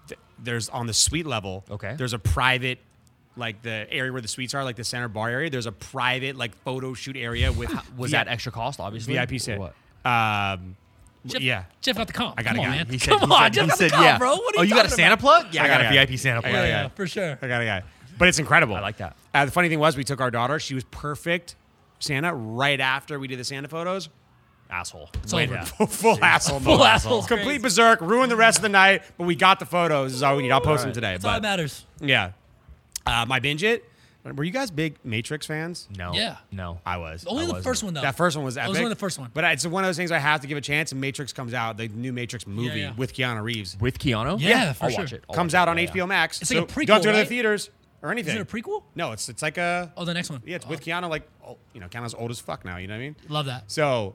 S1: th- there's on the suite level.
S3: Okay.
S1: There's a private, like the area where the suites are, like the center bar area. There's a private like photo shoot area with
S3: Was
S1: VIP
S3: that extra cost? Obviously.
S1: VIP Santa?
S3: What?
S1: Um,
S2: Jeff,
S1: yeah.
S2: Jeff got the comp.
S1: I got
S2: Come
S1: a
S2: on,
S1: guy.
S2: man.
S1: He
S2: Come on, Jeff
S3: he
S2: got the
S3: said,
S2: comp,
S3: yeah.
S2: bro. What are
S3: oh, you got a
S2: talking
S3: Santa
S2: about?
S3: plug? Yeah,
S1: I
S3: I
S1: got
S3: got,
S1: a
S3: a
S1: guy.
S3: VIP Santa plug.
S1: I got a
S2: Yeah,
S1: guy.
S2: for sure.
S1: I got a guy. But it's incredible.
S3: I like that.
S1: Uh, the funny thing was, we took our daughter. She was perfect Santa right after we did the Santa photos.
S3: Asshole.
S2: It's over.
S1: Full asshole.
S2: Full
S1: mode.
S2: asshole.
S1: Complete berserk. Ruined the rest of the night, but we got the photos. Is all we need. I'll post them today.
S2: That's all
S1: but
S2: that matters.
S1: yeah, uh, my binge it. Were you guys big Matrix fans?
S3: No.
S2: Yeah.
S3: No.
S1: I was.
S2: Only
S1: I
S2: the
S1: wasn't.
S2: first one, though.
S1: That first one was
S2: That
S1: epic.
S2: was only the first one.
S1: But it's one of those things I have to give a chance. And Matrix comes out, the new Matrix movie
S2: yeah.
S1: with Keanu Reeves
S3: With Keano?
S2: Yeah, for
S3: I'll
S2: sure.
S3: watch it. I'll
S1: comes
S3: watch it.
S1: out on
S3: Yeah, yeah.
S1: HBO Max.
S2: It's like a
S1: so You don't have
S2: prequel,
S1: to go to
S2: right?
S1: the theaters or anything.
S2: Is it a prequel?
S1: No, it's it's like a
S2: Oh, the next one.
S1: yeah, it's
S2: Oh,
S1: with Keanu. Like oh, you know, Keanu's old as fuck now. You know what I mean?
S2: Love that.
S1: So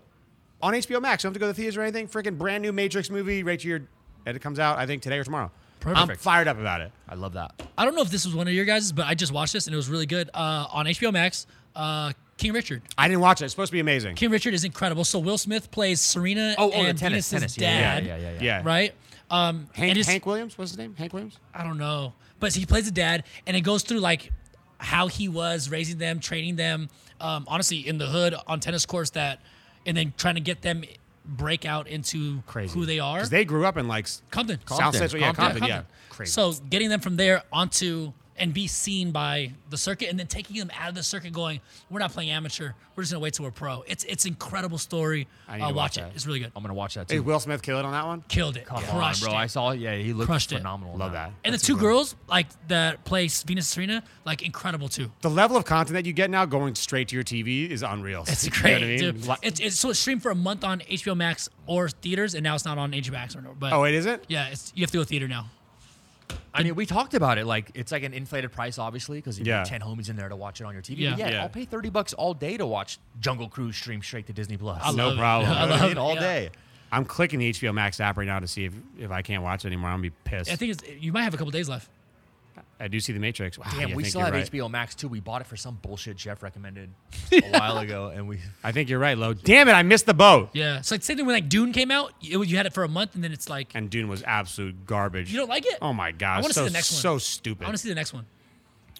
S1: on HBO Max, you don't have to go to the theaters or anything. Freaking brand new Matrix movie right to your. And it comes out I think today or tomorrow. I'm
S2: Perfect.
S1: fired up about it.
S3: I love that.
S2: I don't know if this was one of your guys', but I just watched this and it was really good uh, on HBO Max. Uh, King Richard.
S1: I didn't watch it. It's supposed to be amazing.
S2: King Richard is incredible. So Will Smith plays Serena
S3: Oh, oh, the
S2: and
S3: tennis,
S2: Venus's
S3: tennis. Yeah, yeah,
S2: dad.
S3: yeah, yeah, yeah.
S1: yeah.
S2: Right. Um,
S1: Hank,
S2: and it's-
S1: Hank Williams. What's his name? Hank Williams.
S2: I don't know, but he plays a dad, and it goes through like how he was raising them, training them, um, honestly in the hood on tennis courts that, and then trying to get them break out into
S3: Crazy.
S2: who they are.
S1: Because they grew up in like s-
S2: Compton.
S1: South Central. Yeah,
S3: Compton.
S1: Compton. Yeah. Crazy.
S2: So getting them from there onto and be seen by the circuit, and then taking them out of the circuit, going, we're not playing amateur. We're just gonna wait till we're pro. It's it's incredible story.
S1: need
S2: uh,
S1: to watch
S2: watch it.
S1: that. Oh
S2: It's really good.
S3: I'm going to watch that
S1: Did
S3: too.
S1: Will Smith kill it on that one?
S2: Killed it.
S3: Come on,
S2: Crushed
S3: bro.
S2: it.
S3: I saw, yeah, he looked
S2: Crushed it.
S3: phenomenal. in
S1: Love that.
S2: and the two girls, like that plays Venus Serena, like incredible too.
S1: The level of content that you get now going straight to your TV is unreal.
S2: It's
S1: You know
S2: great,
S1: what I mean?
S2: dude.
S1: Li-
S2: It's, it's so it's streamed for a month on HBO Max or theaters, and now it's not on HBO Max anymore. But
S1: oh, it isn't?
S2: yeah, it's, you have to go theater now.
S3: I mean, we talked about it. Like, it's like an inflated price, obviously, because you
S1: Yeah.
S3: have 10 homies in there to watch it on your TV.
S2: Yeah.
S3: But Yeah.
S1: Yeah.
S3: I'll pay 30 bucks all day to watch Jungle Cruise stream straight to Disney Plus.
S1: No
S2: love it.
S1: problem.
S2: I
S3: You know what
S2: love
S3: mean?
S2: it,
S3: all
S2: yeah.
S3: day.
S1: I'm clicking the HBO Max app right now to see if, if I can't watch it anymore. I'm going to be pissed.
S2: I
S1: I,
S2: think it's, you might have a couple days left.
S1: do see The Matrix. Wow,
S3: Damn,
S1: yeah, I
S3: we
S1: think
S3: still
S1: you're
S3: have
S1: right.
S3: HBO Max too. We bought it for some bullshit Jeff recommended a while ago, and we
S1: I think you're right, Lo. Damn it, I missed the boat.
S2: Yeah, it's like same thing when like Dune came out. It, was- you had it for a month, and then it's like
S1: And Dune was absolute garbage.
S2: you don't like it.
S1: Oh, my God.
S2: I want to
S1: so,
S2: see the next one.
S1: So
S2: I
S1: stupid.
S2: want to see the next one.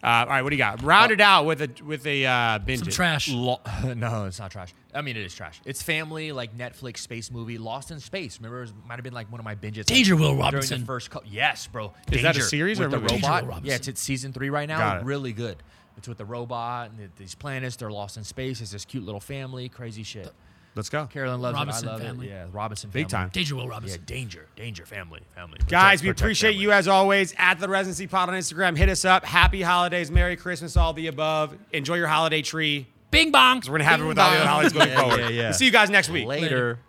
S1: uh, all right, what do you got? Round it out with a, with a uh, binge.
S2: Some
S1: it.
S2: trash.
S3: Lo- no, it's not trash. I mean, it is trash. It's family like Netflix space movie, Lost in Space. Remember, it was, might have been like one of my binges.
S2: Danger,
S3: like,
S2: Will
S3: during the
S2: Robinson.
S3: first, cou- yes, bro.
S1: Is that a
S3: Danger,
S1: series
S3: with
S1: or a
S3: the
S1: movie?
S2: Danger, Will
S3: robot?
S2: Robinson.
S3: Yeah, it's, it's season three right
S1: Got
S3: now.
S1: it.
S3: Really good. It's with the robot and th- these planets. They're lost in space. It's this cute little family. Crazy shit.
S1: Let's go.
S3: Carolyn loves
S2: Robinson
S3: it. I love
S2: family.
S3: it. Yeah, Robinson
S1: Big
S3: family.
S1: time.
S2: Danger Will
S3: Yeah,
S2: Robinson.
S3: danger, danger, family, family.
S1: Guys,
S3: Protect-
S1: we
S3: protect
S1: appreciate
S3: family.
S1: you as always at the Residency Pod on Instagram. Hit us up. Happy holidays. Merry Christmas, all the above. Enjoy your holiday tree.
S2: Bing bong.
S1: We're going to have it with all the other holidays going
S3: Yeah,
S1: forward.
S3: yeah, yeah.
S1: We'll see you guys next week.
S3: Later.